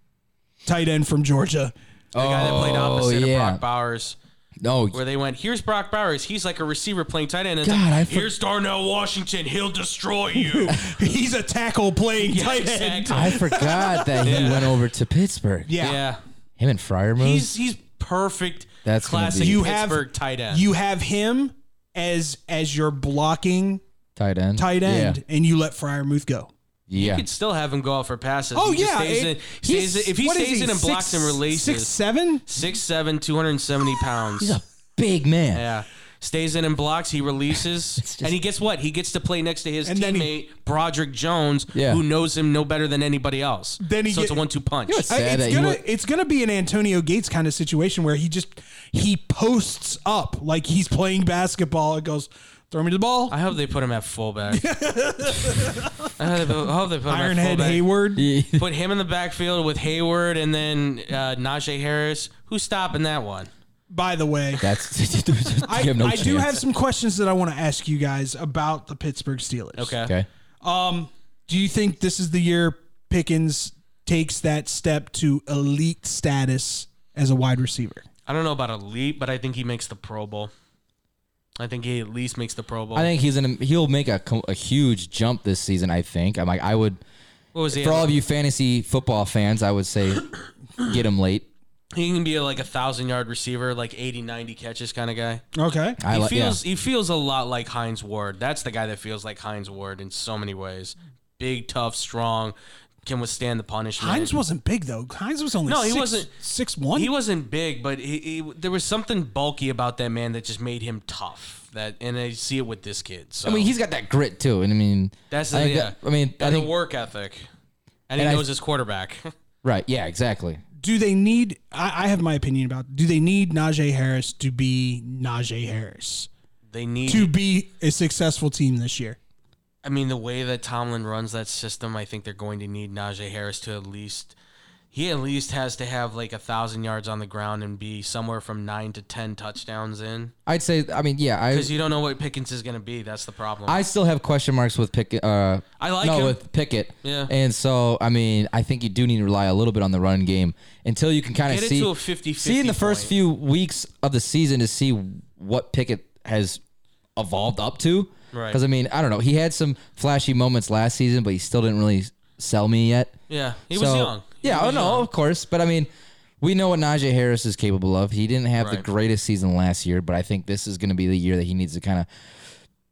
Speaker 1: tight end from Georgia.
Speaker 4: The guy that played opposite
Speaker 2: yeah.
Speaker 4: of Brock Bowers,
Speaker 2: No.
Speaker 4: where they went, here's Brock Bowers. He's like a receiver playing tight end. And it's
Speaker 2: God,
Speaker 4: like,
Speaker 2: I for-
Speaker 4: here's Darnell Washington. He'll destroy you.
Speaker 1: He's a tackle playing tight end.
Speaker 4: exactly.
Speaker 2: I forgot that he went over to Pittsburgh.
Speaker 1: Yeah.
Speaker 4: yeah.
Speaker 2: Him and Fryer moved.
Speaker 4: He's he's perfect.
Speaker 2: That's gonna
Speaker 4: Classic
Speaker 2: be
Speaker 1: You have-
Speaker 4: Pittsburgh tight end.
Speaker 1: You have him as as your blocking
Speaker 2: tight end.
Speaker 1: tight
Speaker 2: Yeah.
Speaker 1: end, and you let Fryermuth go.
Speaker 2: Yeah.
Speaker 4: You could still have him go out for passes.
Speaker 1: Oh
Speaker 4: He just
Speaker 1: yeah,
Speaker 4: stays
Speaker 1: it-
Speaker 4: in- stays
Speaker 1: he's-
Speaker 4: in- if he
Speaker 1: what is
Speaker 4: stays in and blocks
Speaker 1: six-
Speaker 4: and releases,
Speaker 1: six seven.
Speaker 4: six seven, two hundred and seventy pounds.
Speaker 2: He's a big man.
Speaker 4: Yeah. Stays in and blocks. He releases,
Speaker 2: just-
Speaker 4: and he gets what he gets to play next to his
Speaker 1: And then
Speaker 4: teammate
Speaker 1: he-
Speaker 4: Broderick Jones,
Speaker 2: Yeah.
Speaker 4: who knows him no better than anybody else.
Speaker 1: Then he
Speaker 4: so it's a
Speaker 1: get-
Speaker 4: one-two punch.
Speaker 2: know what's
Speaker 1: I-
Speaker 2: sad that
Speaker 1: it's
Speaker 2: you
Speaker 1: gonna
Speaker 2: went-
Speaker 1: it's gonna be an Antonio Gates kind of situation where he just he posts up like he's playing basketball and goes, "Throw me the ball."
Speaker 4: I hope they put him at fullback. I hope they put- I hope they put him at
Speaker 1: Ironhead
Speaker 4: fullback.
Speaker 1: Hayward.
Speaker 4: Put him in the backfield with Hayward and then uh, Najee Harris. Who's stopping that one?
Speaker 1: By the way,
Speaker 2: That's
Speaker 1: I,
Speaker 2: you have no
Speaker 1: I do
Speaker 2: chance.
Speaker 1: have some questions that I want to ask you guys about the Pittsburgh Steelers.
Speaker 4: Okay.
Speaker 2: Okay.
Speaker 1: Do you think this is the year Pickens takes that step to elite status as a wide receiver?
Speaker 4: I don't know about elite, but I think he makes the Pro Bowl. I think he at least makes the Pro Bowl.
Speaker 2: I think he's in. A, he'll make a, co- a huge jump this season. I think. I'm like. I would.
Speaker 4: what was he?
Speaker 2: For all of you fantasy football fans, I would say get him late.
Speaker 4: he can be a, like a thousand yard receiver, like 80, 90 catches kind of guy.
Speaker 1: Okay.
Speaker 2: I
Speaker 4: he
Speaker 2: like. Yeah.
Speaker 4: feels he feels a lot like Heinz Ward. That's the guy that feels like Heinz Ward in so many ways. Big, tough, strong, can withstand the punishment.
Speaker 1: Hines wasn't big though. Hines was only
Speaker 4: No, he
Speaker 1: six,
Speaker 4: wasn't-
Speaker 1: six one.
Speaker 4: He wasn't big, but he, he, there was something bulky about that man that just made him tough. That and I see it with this kid. So
Speaker 2: I mean, he's got that grit too, and I mean,
Speaker 4: that's
Speaker 2: I
Speaker 4: the,
Speaker 2: think
Speaker 4: yeah.
Speaker 2: that- I mean, I
Speaker 4: And
Speaker 2: think-
Speaker 4: the work ethic, and, he
Speaker 2: And I-
Speaker 4: knows his quarterback.
Speaker 2: right? Yeah, exactly.
Speaker 1: do they need? I, I have my opinion about. Do they need Najee Harris to be Najee Harris
Speaker 4: they need.
Speaker 1: to be a successful team this year?
Speaker 4: I mean, the way that Tomlin runs that system, I think they're going to need Najee Harris to at least. He at least has to have like a thousand yards on the ground and be somewhere from nine to ten touchdowns in,
Speaker 2: I'd say. I mean, yeah. I
Speaker 4: because you don't know what Pickens is going to be. That's the problem.
Speaker 2: I still have question marks with Pickett. Uh,
Speaker 4: I like
Speaker 2: no
Speaker 4: him.
Speaker 2: with Pickett.
Speaker 4: Yeah.
Speaker 2: And so I mean, I think you do need to rely a little bit on the running game until you can kind of
Speaker 4: Get it
Speaker 2: see
Speaker 4: to a 50-50
Speaker 2: see in the first
Speaker 4: point.
Speaker 2: few weeks of the season to see what Pickett has evolved up to.
Speaker 4: Right.
Speaker 2: Because I mean, I don't know. He had some flashy moments last season, but he still didn't really sell me yet.
Speaker 4: yeah, he was
Speaker 2: So-
Speaker 4: young. He
Speaker 2: Yeah, oh, I
Speaker 4: was
Speaker 2: know,
Speaker 4: young.
Speaker 2: of course, but I mean, we know what Najee Harris is capable of. He didn't have the
Speaker 4: Right.
Speaker 2: greatest season last year, but I think this is going to be the year that he needs to kind of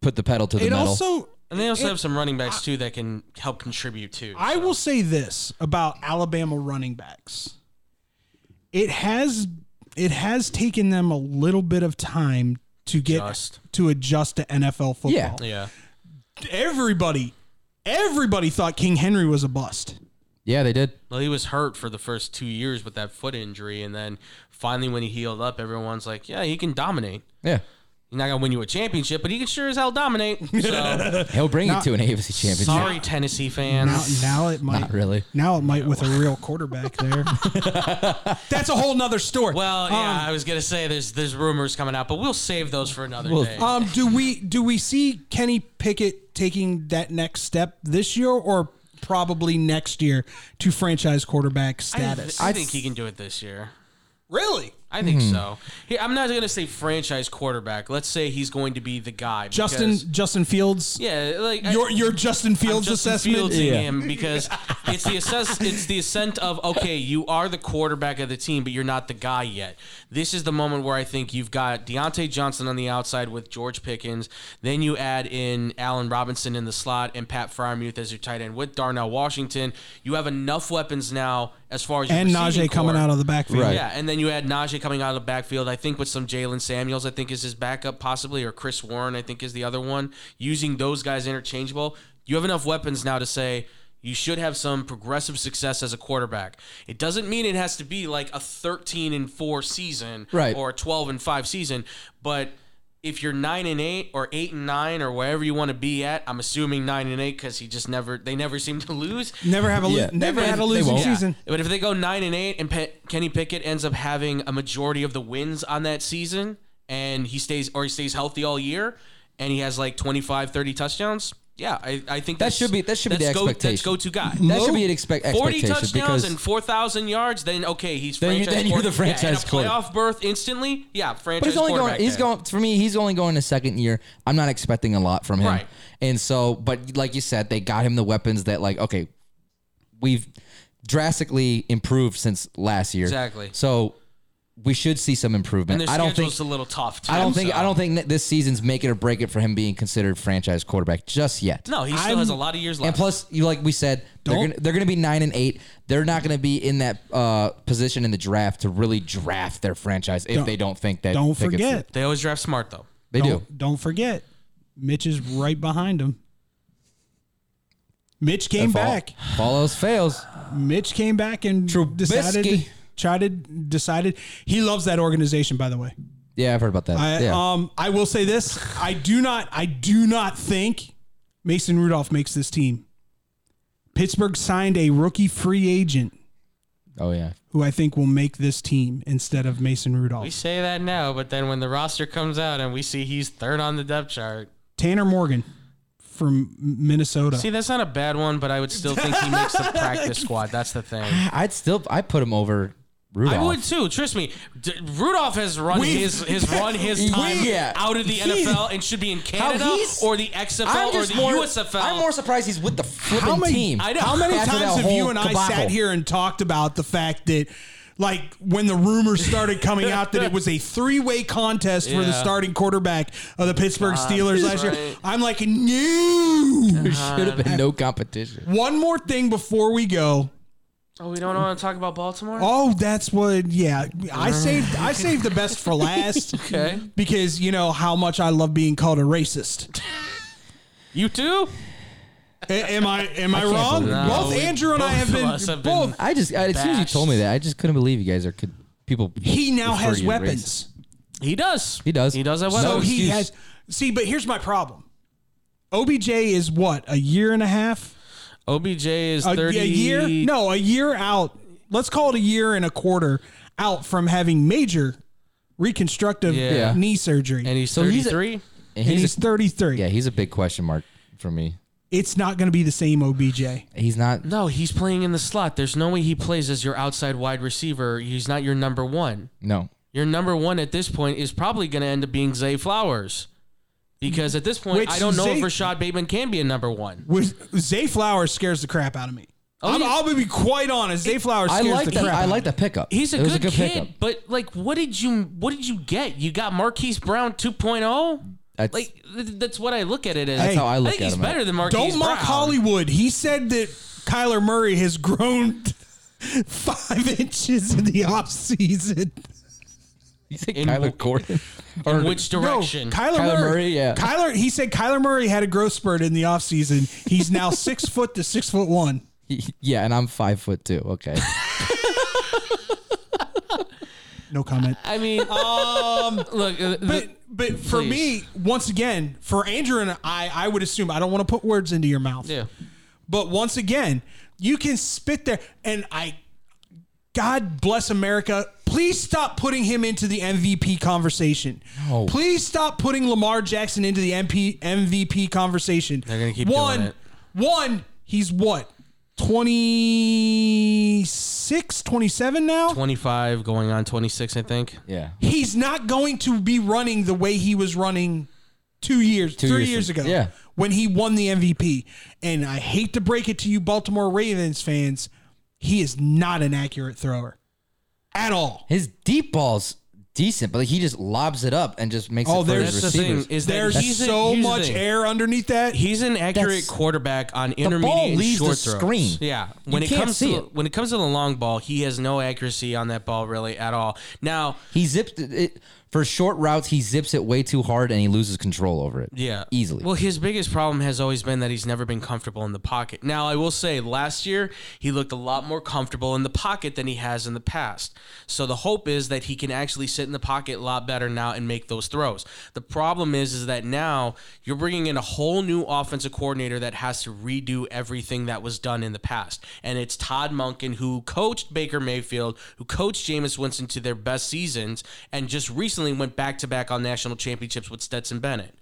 Speaker 2: put the pedal to the
Speaker 1: It
Speaker 2: metal.
Speaker 1: also
Speaker 4: And they also have some running backs too that can help contribute too.
Speaker 1: I
Speaker 4: so.
Speaker 1: will say this about Alabama running backs. It has it has taken them a little bit of time to get
Speaker 4: Adjust.
Speaker 1: to adjust to NFL football.
Speaker 2: Yeah.
Speaker 4: Yeah.
Speaker 1: Everybody everybody thought King Henry was a bust.
Speaker 2: yeah, they did.
Speaker 4: Well, he was hurt for the first two years with that foot injury, and then finally when he healed up, everyone's like, "Yeah, he can dominate.
Speaker 2: Yeah.
Speaker 4: He's not gonna win you a championship, but he can sure as hell dominate." So,
Speaker 2: He'll bring you to an AFC championship.
Speaker 4: sorry, Tennessee
Speaker 1: Now,
Speaker 4: fans.
Speaker 1: now it might
Speaker 2: Not really.
Speaker 1: now it might with a real quarterback there. That's a whole nother story.
Speaker 4: Well, yeah, I was gonna say there's there's rumors coming out, but we'll save those for another
Speaker 2: Well,
Speaker 4: day.
Speaker 1: Um, do we do we see Kenny Pickett taking that next step this year or probably next year to franchise quarterback
Speaker 4: I,
Speaker 1: status?
Speaker 4: I think he can do it this year.
Speaker 1: really?
Speaker 4: I think so. Here, I'm not gonna say franchise quarterback. Let's say he's going to be the guy.
Speaker 1: Justin
Speaker 4: because-
Speaker 1: Justin Fields.
Speaker 4: Yeah, like I-
Speaker 1: Your your Justin
Speaker 4: I'm
Speaker 1: Fields
Speaker 4: Justin
Speaker 1: assessment.
Speaker 4: Fieldsing him because it's the assess it's the ascent of okay, you are the quarterback of the team, but you're not the guy yet. This is the moment where I think you've got Deontay Johnson on the outside with George Pickens. Then you add in Allen Robinson in the slot and Pat Fryermuth as your tight end with Darnell Washington. You have enough weapons now as far as your
Speaker 1: And
Speaker 4: receiving
Speaker 1: Najee coming
Speaker 4: core.
Speaker 1: out of the backfield.
Speaker 2: Right.
Speaker 4: Yeah, and then you had Najee coming out of the backfield. I think with some Jalen Samuels, I think is his backup possibly, or Chris Warren, I think is the other one. Using those guys interchangeable, you have enough weapons now to say you should have some progressive success as a quarterback. It doesn't mean it has to be like a thirteen and four season,
Speaker 2: Right.
Speaker 4: or a twelve and five season, but. If you're nine and eight or eight and nine or wherever you want to be at, I'm assuming nine and eight because he just never they never seem to lose.
Speaker 1: Never have a lo-
Speaker 2: Yeah.
Speaker 1: never
Speaker 2: They-
Speaker 1: had a
Speaker 2: they
Speaker 1: losing
Speaker 2: won't.
Speaker 4: Yeah.
Speaker 1: season.
Speaker 4: But if they go nine and eight, and Pe- Kenny Pickett ends up having a majority of the wins on that season, and he stays or he stays healthy all year, and he has like 25, 30 touchdowns. Yeah, I, I think
Speaker 2: That
Speaker 4: that's-
Speaker 2: should be- that should be
Speaker 4: that's
Speaker 2: the
Speaker 4: go,
Speaker 2: expectation.
Speaker 4: That's go to guy.
Speaker 2: That should be an expect-
Speaker 4: Forty
Speaker 2: expectation
Speaker 4: touchdowns
Speaker 2: because
Speaker 4: and four thousand yards. Then okay, he's
Speaker 2: Then you-
Speaker 4: franchise
Speaker 2: then you're the
Speaker 4: quarter- yeah,
Speaker 2: franchise
Speaker 4: and a
Speaker 2: quarterback.
Speaker 4: playoff berth instantly. Yeah, franchise.
Speaker 2: but he's only going.
Speaker 4: quarterback
Speaker 2: He's
Speaker 4: there.
Speaker 2: going for me. He's only going to second year. I'm not expecting a lot from him.
Speaker 4: Right.
Speaker 2: And so, but like you said, they got him the weapons that like okay, we've drastically improved since last year.
Speaker 4: Exactly.
Speaker 2: So we should see some improvement.
Speaker 4: And their
Speaker 2: I don't think
Speaker 4: schedule's a little tough. Too,
Speaker 2: I don't think
Speaker 4: so-
Speaker 2: I don't think that this season's make it or break it for him being considered franchise quarterback just yet.
Speaker 4: No, he still
Speaker 1: I'm-
Speaker 4: has a lot of years left.
Speaker 2: And plus, you like we said, they're
Speaker 1: Don't-
Speaker 2: gonna, they're going to be nine and eight. They're not going to be in that uh, position in the draft to really draft their franchise if
Speaker 1: Don't-
Speaker 2: they don't think that.
Speaker 1: Don't
Speaker 2: they could-
Speaker 1: forget.
Speaker 4: they always draft smart though.
Speaker 2: they do.
Speaker 1: Don't, don't forget, Mitch is right behind him. Mitch came
Speaker 2: Fall-
Speaker 1: back.
Speaker 2: Follows fails.
Speaker 1: Mitch came back and
Speaker 2: Trubisky.
Speaker 1: decided. Tried to decided he loves that organization. By the way,
Speaker 2: Yeah, I've heard about that.
Speaker 1: I
Speaker 2: yeah.
Speaker 1: um I will say this: I do not I do not think Mason Rudolph makes this team. Pittsburgh signed a rookie free agent
Speaker 2: oh yeah.
Speaker 1: who I think will make this team instead of Mason
Speaker 4: We
Speaker 1: Rudolph.
Speaker 4: say that now, but then when the roster comes out and we see he's third on the depth chart,
Speaker 1: Tanner Morgan from Minnesota.
Speaker 4: see that's not a bad one. But I would still think he makes the practice squad. That's the thing.
Speaker 2: I'd still I put him over Rudolph.
Speaker 4: I would too. Trust me, D- Rudolph has run his his run his time
Speaker 2: Yeah.
Speaker 4: out of the NFL and should be in Canada
Speaker 2: he's-
Speaker 4: or the XFL
Speaker 2: I'm
Speaker 4: or
Speaker 2: just
Speaker 4: the
Speaker 2: more.
Speaker 4: USFL.
Speaker 2: I'm more surprised he's with the flipping team.
Speaker 4: I know.
Speaker 1: How many
Speaker 2: After
Speaker 1: times
Speaker 2: that
Speaker 1: have you
Speaker 2: whole
Speaker 1: and I
Speaker 2: debacle.
Speaker 1: sat here and talked about the fact that, like, when the rumors started coming out that it was a three way contest for the
Speaker 4: Yeah.
Speaker 1: starting quarterback of the Pittsburgh Steelers last year?
Speaker 4: right. Uh-huh.
Speaker 1: I'm like, no.
Speaker 2: There should have been no competition.
Speaker 1: One more thing before we go.
Speaker 4: oh, we don't want to talk about Baltimore.
Speaker 1: Oh, that's what. Yeah, I saved. I saved the best for last.
Speaker 4: Uh-huh. Okay.
Speaker 1: Because you know how much I love being called a racist.
Speaker 4: You too?
Speaker 1: A- am I? Am I,
Speaker 2: can't
Speaker 1: wrong?
Speaker 2: believe it.
Speaker 1: both
Speaker 4: No, we-
Speaker 1: Andrew and I
Speaker 4: both
Speaker 1: have
Speaker 4: of
Speaker 1: been,
Speaker 4: us have
Speaker 1: both.
Speaker 4: been-
Speaker 2: I just I, as soon as you told me that, I just couldn't believe you guys are could people.
Speaker 1: He now
Speaker 2: refer
Speaker 1: has
Speaker 2: you as
Speaker 1: weapons.
Speaker 2: racist.
Speaker 4: He does.
Speaker 2: He does.
Speaker 4: He does have
Speaker 2: So
Speaker 1: So
Speaker 4: weapons.
Speaker 1: he
Speaker 2: excuse.
Speaker 1: has. See, but here's my problem. OBJ is what a year and a half,
Speaker 4: OBJ is
Speaker 1: a, a
Speaker 4: thirty.
Speaker 1: year? No, a year out. Let's call it a year and a quarter out from having major reconstructive
Speaker 4: Yeah.
Speaker 1: knee surgery, and,
Speaker 4: and he's
Speaker 2: So he's a-
Speaker 4: thirty-three.
Speaker 2: And he's,
Speaker 1: he's
Speaker 2: a,
Speaker 1: 33.
Speaker 2: yeah, he's a big question mark for me.
Speaker 1: It's not going to be the same OBJ.
Speaker 2: He's not.
Speaker 4: no, he's playing in the slot. There's no way he plays as your outside wide receiver. He's not your number one.
Speaker 2: No,
Speaker 4: Your number one at this point is probably going to end up being Zay Flowers, because at this point,
Speaker 1: Which
Speaker 4: I don't know
Speaker 1: Zay-
Speaker 4: if Rashad Bateman can be a number one.
Speaker 1: With Zay Flowers scares the crap out of me.
Speaker 4: Oh,
Speaker 1: I'm,
Speaker 4: yeah.
Speaker 1: I'll be quite honest. Zay Flowers
Speaker 2: I
Speaker 1: scares
Speaker 2: like
Speaker 1: the
Speaker 2: that.
Speaker 1: crap. out
Speaker 2: I
Speaker 1: of
Speaker 2: like
Speaker 1: me.
Speaker 2: the pickup.
Speaker 4: He's a
Speaker 2: it
Speaker 4: good,
Speaker 2: was a good
Speaker 4: kid,
Speaker 2: pickup.
Speaker 4: but like, what did you what did you get? You got Marquise Brown 2.0.
Speaker 2: That's-
Speaker 4: Like th- that's what I look at it as.
Speaker 2: That's
Speaker 1: Hey,
Speaker 2: how I look
Speaker 4: I think
Speaker 2: at
Speaker 4: he's
Speaker 2: him.
Speaker 4: better than Marquise
Speaker 1: Don't mock
Speaker 4: Brown.
Speaker 1: Hollywood. He said that Kyler Murray has grown five inches in the offseason.
Speaker 2: You think
Speaker 4: In
Speaker 2: Kyler
Speaker 4: wh-
Speaker 2: Gordon?
Speaker 4: In which direction?
Speaker 1: Kyler,
Speaker 2: Kyler
Speaker 1: Murray,
Speaker 2: Murray, yeah.
Speaker 1: Kyler, he said Kyler Murray had a growth spurt in the offseason. He's now six foot to six foot one.
Speaker 2: yeah, and I'm five foot two. Okay,
Speaker 1: No comment.
Speaker 4: I mean, um, look, uh,
Speaker 1: But
Speaker 4: the-
Speaker 1: but for
Speaker 4: Please.
Speaker 1: me, once again, for Andrew and I, I would assume I don't want to put words into your mouth.
Speaker 4: yeah.
Speaker 1: But once again, you can spit there, and I, God bless America. Please stop putting him into the MVP conversation.
Speaker 2: No.
Speaker 1: Please stop putting Lamar Jackson into the MP, MVP conversation. They're
Speaker 4: gonna keep
Speaker 1: one,
Speaker 4: doing it.
Speaker 1: One, he's what? 26, 27 now?
Speaker 4: 25 going on 26, I think.
Speaker 2: yeah,
Speaker 1: He's not going to be running the way he was running two years, three years,
Speaker 2: years
Speaker 1: ago
Speaker 2: from- yeah.
Speaker 1: when he won the MVP. And I hate to break it to you, Baltimore Ravens fans, he is not an accurate thrower at all.
Speaker 2: his deep balls decent, but he just lobs it up and just makes
Speaker 1: Oh,
Speaker 2: it for
Speaker 1: there's
Speaker 2: his
Speaker 1: the
Speaker 4: thing,
Speaker 2: receivers.
Speaker 4: is that
Speaker 1: There's
Speaker 4: he's a-
Speaker 1: so
Speaker 4: here's the
Speaker 1: much
Speaker 4: thing.
Speaker 1: air underneath that.
Speaker 4: He's an accurate
Speaker 2: That's-
Speaker 4: quarterback on
Speaker 2: ball
Speaker 4: intermediate and
Speaker 2: leaves
Speaker 4: short
Speaker 2: the
Speaker 4: throws.
Speaker 2: screen.
Speaker 4: Yeah,
Speaker 2: You
Speaker 4: when it
Speaker 2: can't
Speaker 4: comes
Speaker 2: see
Speaker 4: to
Speaker 2: it.
Speaker 4: when it comes to the long ball, he has no accuracy on that ball really at all. Now,
Speaker 2: He zipped it- it for short routes. He zips it way too hard, and he loses control over it.
Speaker 4: yeah,
Speaker 2: easily.
Speaker 4: Well, his biggest problem has always been that he's never been comfortable in the pocket. Now, I will say, last year he looked a lot more comfortable in the pocket than he has in the past. So the hope is that he can actually sit in the pocket a lot better now and make those throws. The problem is, is that now you're bringing in a whole new offensive coordinator that has to redo everything that was done in the past, and it's Todd Munkin who coached Baker Mayfield, who coached Jameis Winston to their best seasons, and just recently went back to back on national championships with Stetson Bennett.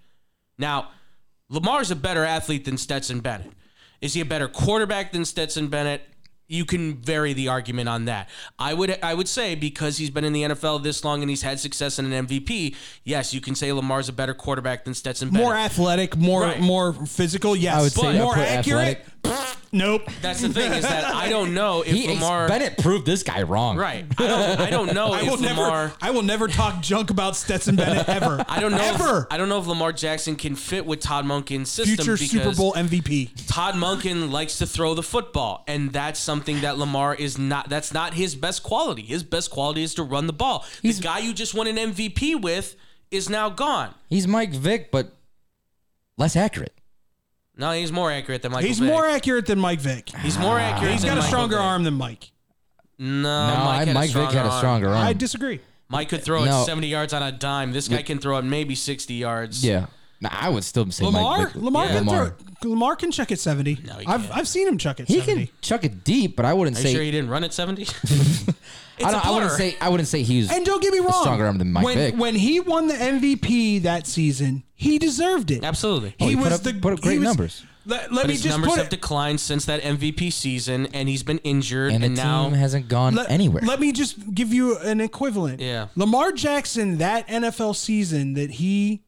Speaker 4: Now, Lamar's a better athlete than Stetson Bennett. Is he a better quarterback than Stetson Bennett? you can vary the argument on that. I would I would say because he's been in the NFL this long and he's had success in an MVP, yes, you can say Lamar's a better quarterback than Stetson Bennett.
Speaker 1: More athletic, more
Speaker 4: Right.
Speaker 1: more physical. Yes,
Speaker 2: I would say
Speaker 1: more
Speaker 2: upper
Speaker 1: accurate. nope.
Speaker 4: That's the thing is that I don't know if
Speaker 2: He,
Speaker 4: Lamar
Speaker 2: Bennett proved this guy wrong.
Speaker 4: right. I don't, I don't know
Speaker 1: I
Speaker 4: if
Speaker 1: will
Speaker 4: Lamar
Speaker 1: never. I will never talk junk about Stetson Bennett ever.
Speaker 4: I don't know
Speaker 1: ever.
Speaker 4: If, I don't know if Lamar Jackson can fit with Todd Munkin's system
Speaker 1: Future
Speaker 4: because
Speaker 1: Super Bowl MVP.
Speaker 4: Todd Munkin likes to throw the football, and that's something that Lamar is not. That's not his best quality. His best quality is to run the ball. the guy you just won an MVP with is now gone.
Speaker 2: He's Mike Vick, but less accurate.
Speaker 4: No, he's more accurate than Michael.
Speaker 1: He's
Speaker 4: Vick.
Speaker 1: more accurate than Mike Vick.
Speaker 4: He's more accurate.
Speaker 1: He's
Speaker 4: than
Speaker 1: got a
Speaker 4: Michael
Speaker 1: stronger
Speaker 4: Vick.
Speaker 1: arm than Mike.
Speaker 4: No,
Speaker 2: no,
Speaker 4: Uh, Mike,
Speaker 2: I,
Speaker 4: had,
Speaker 2: Mike
Speaker 4: a
Speaker 2: Vick had a
Speaker 4: arm.
Speaker 2: stronger arm.
Speaker 1: I disagree.
Speaker 4: Mike could throw
Speaker 2: No.
Speaker 4: it seventy yards on a dime. This guy can throw it maybe sixty yards.
Speaker 2: yeah. Nah, I would still say
Speaker 1: Lamar,
Speaker 2: Mike Vick.
Speaker 1: Lamar
Speaker 2: Yeah.
Speaker 1: can throw. Lamar can chuck at seventy.
Speaker 4: No, he
Speaker 1: I've
Speaker 4: can't.
Speaker 1: I've seen him chuck at
Speaker 2: He
Speaker 1: seventy.
Speaker 2: can chuck it deep, but I wouldn't
Speaker 4: Are you
Speaker 2: say.
Speaker 4: sure he didn't run at seventy?
Speaker 2: I, don't, I wouldn't
Speaker 4: blur.
Speaker 2: say. I wouldn't say he's.
Speaker 1: And don't get me wrong,
Speaker 2: stronger arm than Mike
Speaker 1: when,
Speaker 2: Vick.
Speaker 1: When he won the MVP that season, he deserved it.
Speaker 4: Absolutely.
Speaker 2: Oh, he
Speaker 1: He
Speaker 2: put
Speaker 1: was
Speaker 2: up-
Speaker 1: the
Speaker 2: put up
Speaker 1: he
Speaker 2: great
Speaker 1: was-
Speaker 2: numbers.
Speaker 1: Let, let
Speaker 4: But
Speaker 1: me
Speaker 4: his
Speaker 1: just
Speaker 4: numbers
Speaker 1: put
Speaker 4: have
Speaker 1: it.
Speaker 4: declined since that MVP season, and he's been injured,
Speaker 2: and
Speaker 4: and,
Speaker 2: the
Speaker 4: now
Speaker 2: team hasn't gone
Speaker 1: let,
Speaker 2: anywhere.
Speaker 1: Let me just give you an equivalent.
Speaker 4: Yeah.
Speaker 1: Lamar Jackson, that NFL season that he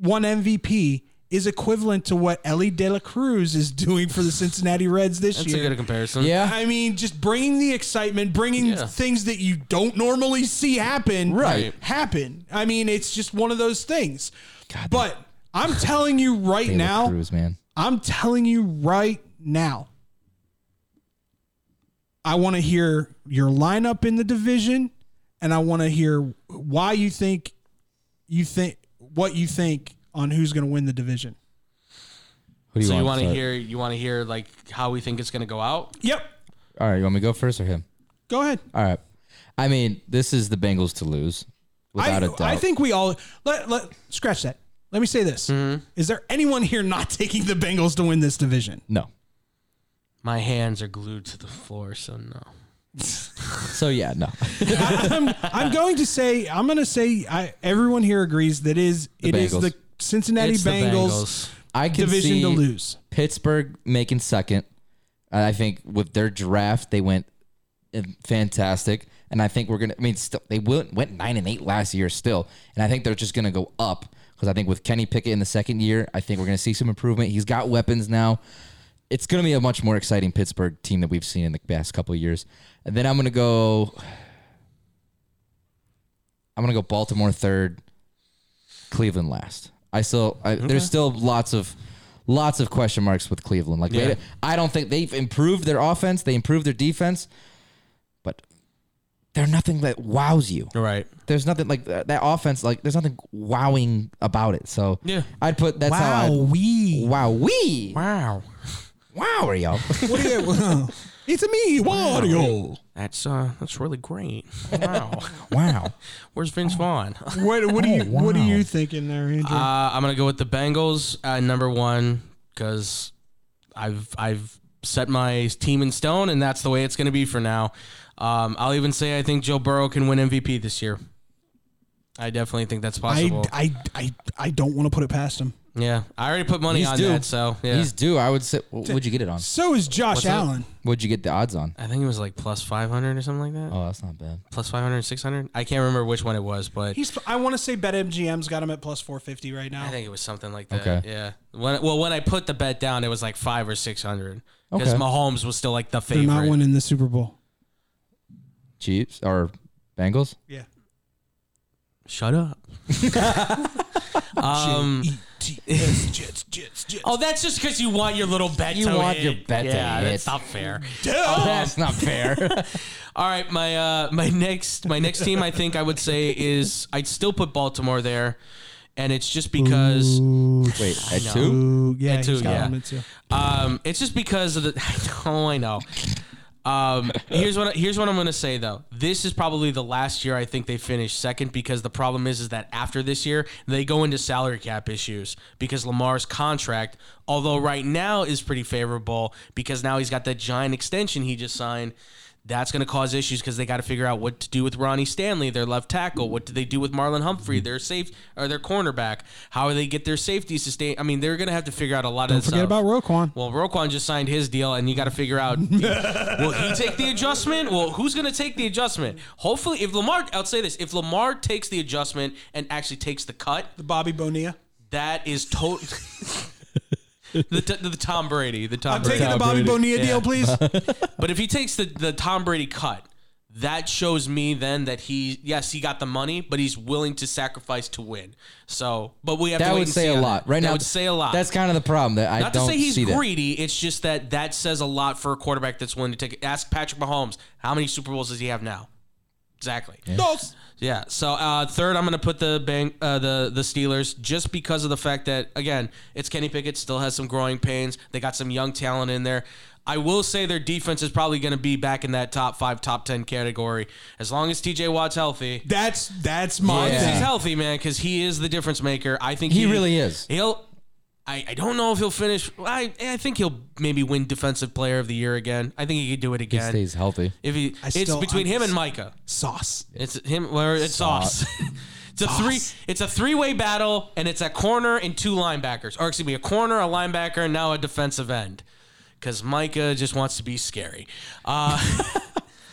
Speaker 1: won MVP is equivalent to what Ellie De La Cruz is doing for the Cincinnati Reds this
Speaker 4: that's a
Speaker 1: year.
Speaker 4: good comparison.
Speaker 2: yeah.
Speaker 1: I mean, just bringing the excitement, bringing
Speaker 4: Yeah.
Speaker 1: things that you don't normally see happen,
Speaker 2: Right.
Speaker 1: Happen. I mean, it's just one of those things. but I'm telling you right
Speaker 2: Taylor
Speaker 1: now,
Speaker 2: Cruz, man.
Speaker 1: I'm telling you right now. I want to hear your lineup in the division, and I want to hear why you think you think what you think on who's going to win the division.
Speaker 2: Who do you
Speaker 4: So you
Speaker 2: want
Speaker 4: want to
Speaker 2: start?
Speaker 4: hear you want to hear like how we think it's going to go out?
Speaker 1: Yep.
Speaker 2: All right, you want me to go first or him?
Speaker 1: Go ahead.
Speaker 2: All right. I mean, this is the Bengals to lose without
Speaker 1: I,
Speaker 2: a doubt.
Speaker 1: I think we all let, let scratch that. Let me say this: Is there anyone here not taking the Bengals to win this division?
Speaker 2: no.
Speaker 4: My hands are glued to the floor, so no.
Speaker 2: So yeah, no.
Speaker 1: I, I'm, I'm going to say I'm going to say I, everyone here agrees that is it is
Speaker 2: Bengals.
Speaker 1: the Cincinnati
Speaker 4: It's the
Speaker 1: Bengals,
Speaker 4: Bengals.
Speaker 2: I can
Speaker 1: division
Speaker 2: see
Speaker 1: to lose.
Speaker 2: Pittsburgh making second. I think with their draft, they went eh, fantastic, and I think we're gonna. I mean, still, they went went nine and eight last year still, and I think they're just gonna go up because I think with Kenny Pickett in the second year, I think we're gonna see some improvement. He's got weapons now. It's gonna be a much more exciting Pittsburgh team that we've seen in the past couple of years. And then I'm gonna go. I'm gonna go Baltimore third. Cleveland last. I still I, there's still lots of lots of question marks with Cleveland. Like
Speaker 4: Yeah.
Speaker 2: they, I don't think they've improved their offense. They improved their defense, but they're nothing that wows you.
Speaker 4: Right.
Speaker 2: There's nothing like that, that offense. Like there's nothing wowing about it. So
Speaker 4: Yeah.
Speaker 2: I'd put that's
Speaker 1: Wow,
Speaker 2: how I,
Speaker 1: we.
Speaker 2: wow we
Speaker 4: Wow.
Speaker 2: wow are y'all.
Speaker 1: What do you? it's a me, Wario.
Speaker 4: That's uh that's really great. Wow.
Speaker 2: wow.
Speaker 4: Where's Vince Vaughn? Uh,
Speaker 1: What what do you what are
Speaker 2: wow.
Speaker 1: you thinking there, Andrew?
Speaker 4: I'm going to go with the Bengals at number 1 cuz I've I've set my team in stone and that's the way it's going to be for now. Um, I'll even say I think Joe Burrow can win MVP this year. I definitely think that's
Speaker 1: I,
Speaker 4: possible.
Speaker 1: I I I don't want to put it past him.
Speaker 4: yeah, I already put money
Speaker 2: He's
Speaker 4: on
Speaker 2: due.
Speaker 4: that, so yeah.
Speaker 2: He's due. I would say. What would you get it on?
Speaker 1: So is Josh
Speaker 4: up?
Speaker 1: Allen.
Speaker 2: What'd you get the odds on?
Speaker 4: I think it was like plus 500 or something like that.
Speaker 2: Oh, that's not bad.
Speaker 4: Plus 500, 600. I can't remember which one it was, but
Speaker 1: He's I want to say BetMGM's got him at plus four fifty right now.
Speaker 4: I think it was something like that.
Speaker 2: Okay.
Speaker 4: Yeah. When well, when I put the bet down, it was like five or 600 because
Speaker 2: Okay.
Speaker 4: Mahomes was still like the
Speaker 1: They're
Speaker 4: favorite.
Speaker 1: not winning the Super Bowl.
Speaker 2: Chiefs or Bengals?
Speaker 1: Yeah.
Speaker 4: Shut up. um.
Speaker 1: E Jets, Jets, Jets, Jets.
Speaker 4: Oh, that's just because you want your little bet.
Speaker 2: You
Speaker 4: to
Speaker 2: want
Speaker 4: hit.
Speaker 2: your bet to
Speaker 4: Yeah,
Speaker 2: hit.
Speaker 4: that's not fair.
Speaker 2: That's not fair.
Speaker 4: All right, my uh, my next my next team, I think I would say is I'd still put Baltimore there, and it's just because.
Speaker 2: Wait, at
Speaker 4: No.
Speaker 2: two?
Speaker 1: Ooh, yeah,
Speaker 4: At two,
Speaker 1: he's got
Speaker 4: yeah.
Speaker 1: him at two.
Speaker 4: Um, it's just because of the. I know, I know. Um, here's what here's what I'm gonna say though. This is probably the last year I think they finish second because the problem is is that after this year they go into salary cap issues because Lamar's contract, although right now is pretty favorable because now he's got that giant extension he just signed. That's going to cause issues because they got to figure out what to do with Ronnie Stanley, their left tackle. What do they do with Marlon Humphrey, their safe or their cornerback? How do they get their safety sustained? I mean, they're going to have to figure out a lot of
Speaker 1: Don't
Speaker 4: this
Speaker 1: forget
Speaker 4: stuff.
Speaker 1: about Roquan.
Speaker 4: Well, Roquan just signed his deal, and you got to figure out will he take the adjustment? Well, who's going to take the adjustment? Hopefully, if Lamar, I'll say this: if Lamar takes the adjustment and actually takes the cut,
Speaker 1: The Bobby Bonilla.
Speaker 4: that is total. the, t- the Tom Brady, the Tom
Speaker 1: I'm
Speaker 4: Brady.
Speaker 1: taking the Bobby Bonilla deal, please.
Speaker 4: But if he takes the, the Tom Brady cut, that shows me then that he yes he got the money, but he's willing to sacrifice to win. So, but we have to
Speaker 2: That
Speaker 4: wait
Speaker 2: would
Speaker 4: and
Speaker 2: say
Speaker 4: see
Speaker 2: a
Speaker 4: on
Speaker 2: lot.
Speaker 4: that.
Speaker 2: Right
Speaker 4: that
Speaker 2: now,
Speaker 4: would say a lot.
Speaker 2: That's kind of the problem that I
Speaker 4: Not to
Speaker 2: don't
Speaker 4: say he's
Speaker 2: see that.
Speaker 4: greedy. It's just that that says a lot for a quarterback that's willing to take. it. Ask Patrick Mahomes how many Super Bowls does he have now? Exactly. Yeah. So uh, third, I'm going to put the bang, uh, the the Steelers just because of the fact that again, it's Kenny Pickett still has some growing pains. They got some young talent in there. I will say their defense is probably going to be back in that top five, top ten category as long as T.J. Watt's healthy.
Speaker 1: That's that's my
Speaker 2: Yeah.
Speaker 4: If he's
Speaker 1: thing.
Speaker 4: healthy, man, because he is the difference maker. I think
Speaker 2: He really is.
Speaker 4: He'll. I, I don't know if he'll finish. I I think he'll maybe win Defensive Player of the Year again. I think he could do it
Speaker 2: He
Speaker 4: again.
Speaker 2: stays healthy.
Speaker 4: if he,
Speaker 1: I
Speaker 4: it's
Speaker 1: still-
Speaker 4: between
Speaker 1: I'm-
Speaker 4: him and Micah.
Speaker 1: Sauce.
Speaker 4: It's him. Well, it's
Speaker 2: Sauce.
Speaker 4: Sauce. it's a three. It's a three-way battle, and it's a corner and two linebackers, or excuse me, a corner, a linebacker, and now a defensive end. Because Micah just wants to be scary. Uh,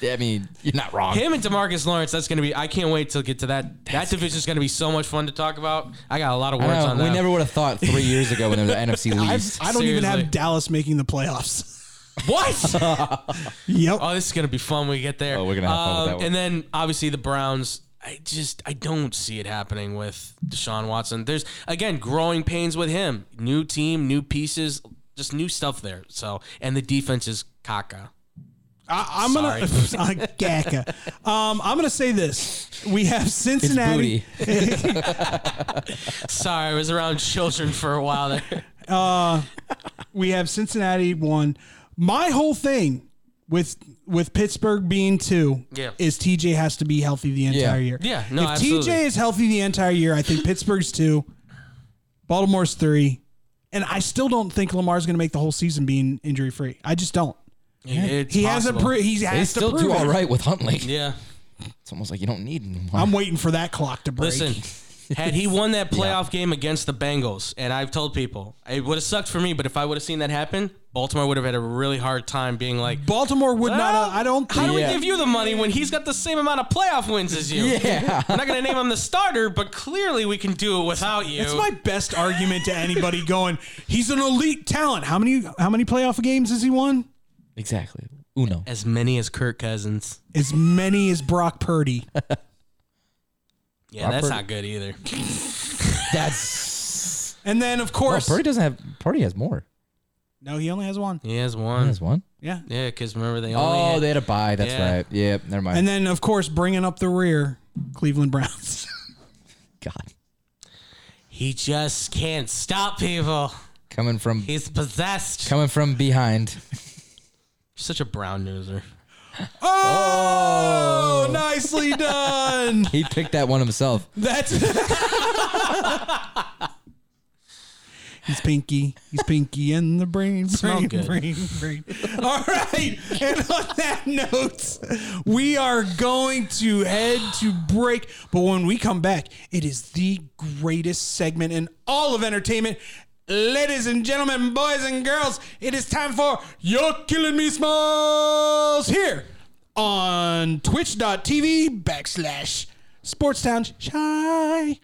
Speaker 2: I mean, you're not wrong.
Speaker 4: him and Demarcus Lawrence. That's gonna be. I can't wait to get to that. that division's gonna be so much fun to talk about. I got a lot of
Speaker 2: I
Speaker 4: words
Speaker 2: know,
Speaker 4: on
Speaker 2: we
Speaker 4: that.
Speaker 2: never would have thought three years ago when they were the NFC least.
Speaker 1: I don't even
Speaker 4: Seriously.
Speaker 1: have Dallas making the playoffs.
Speaker 4: what?
Speaker 1: yep.
Speaker 4: Oh, this is gonna be fun when we get there. Um,
Speaker 2: Oh, we're gonna have fun with that one.
Speaker 4: And then obviously the Browns. I just I don't see it happening with Deshaun Watson. There's again growing pains with him. New team, new pieces, just new stuff there. So and the defense is caca.
Speaker 1: I, I'm gonna I- Gaka. Um, I'm gonna say this: we have
Speaker 2: It's
Speaker 1: Cincinnati.
Speaker 2: booty.
Speaker 4: Sorry, I was around children for a while there.
Speaker 1: We have Cincinnati one. My whole thing with with Pittsburgh being two
Speaker 4: Yeah.
Speaker 1: is TJ has to be healthy the entire year.
Speaker 4: Yeah, no,
Speaker 1: if
Speaker 4: absolutely.
Speaker 1: TJ is healthy the entire year, I think Pittsburgh's two, Baltimore's three, and I still don't think Lamar's gonna make the whole season being injury free. I just don't.
Speaker 4: It's
Speaker 1: he
Speaker 4: possible.
Speaker 1: has a he has
Speaker 2: They
Speaker 1: to
Speaker 2: still
Speaker 1: prove
Speaker 2: do
Speaker 1: it.
Speaker 2: all right with Huntley.
Speaker 4: Yeah.
Speaker 2: It's almost like you don't need him.
Speaker 1: I'm waiting for that clock to break.
Speaker 4: Listen, had he won that playoff game against the Bengals, and I've told people, it would have sucked for me, but if I would have seen that happen, Baltimore would have had a really hard time being like,
Speaker 1: Baltimore would not.
Speaker 4: Well,
Speaker 1: I don't.
Speaker 4: How do
Speaker 1: think-
Speaker 4: we
Speaker 2: Yeah.
Speaker 4: give you the money when he's got the same amount of playoff wins as you?
Speaker 2: Yeah.
Speaker 4: We're not going to name him the starter, but clearly we can do it without you.
Speaker 1: That's my best argument to anybody going, he's an elite talent. How many how many playoff games has he won?
Speaker 2: Exactly. Uno.
Speaker 4: as many as Kirk Cousins.
Speaker 1: As many as Brock Purdy.
Speaker 4: Yeah, that's
Speaker 2: Purdy-
Speaker 4: not good either.
Speaker 2: That's.
Speaker 1: And then of
Speaker 2: Well,
Speaker 1: course
Speaker 2: Purdy doesn't have. Purdy has more.
Speaker 1: No, he only has one.
Speaker 4: He has
Speaker 2: He
Speaker 4: one.
Speaker 2: has one.
Speaker 1: Yeah.
Speaker 4: Yeah, because remember they only.
Speaker 2: Oh,
Speaker 4: Hmm. had-
Speaker 2: they had a buy. That's
Speaker 4: Yeah.
Speaker 2: right. Yeah. Never mind.
Speaker 1: And then of course bringing up the rear, Cleveland Browns.
Speaker 2: God,
Speaker 4: he just can't stop people.
Speaker 2: coming from
Speaker 4: He's possessed.
Speaker 2: coming from behind.
Speaker 4: Such a brown noser.
Speaker 1: oh, nicely done.
Speaker 2: He picked that one himself.
Speaker 1: That's He's pinky. He's pinky in the brain. Brain,
Speaker 4: Smelled good.
Speaker 1: brain, brain. All right. And on that note, we are going to head to break. But when we come back, it is the greatest segment in all of entertainment. Ladies and gentlemen, boys and girls, it is time for You're Killing Me Smalls here on twitch.tv backslash sportstown shy.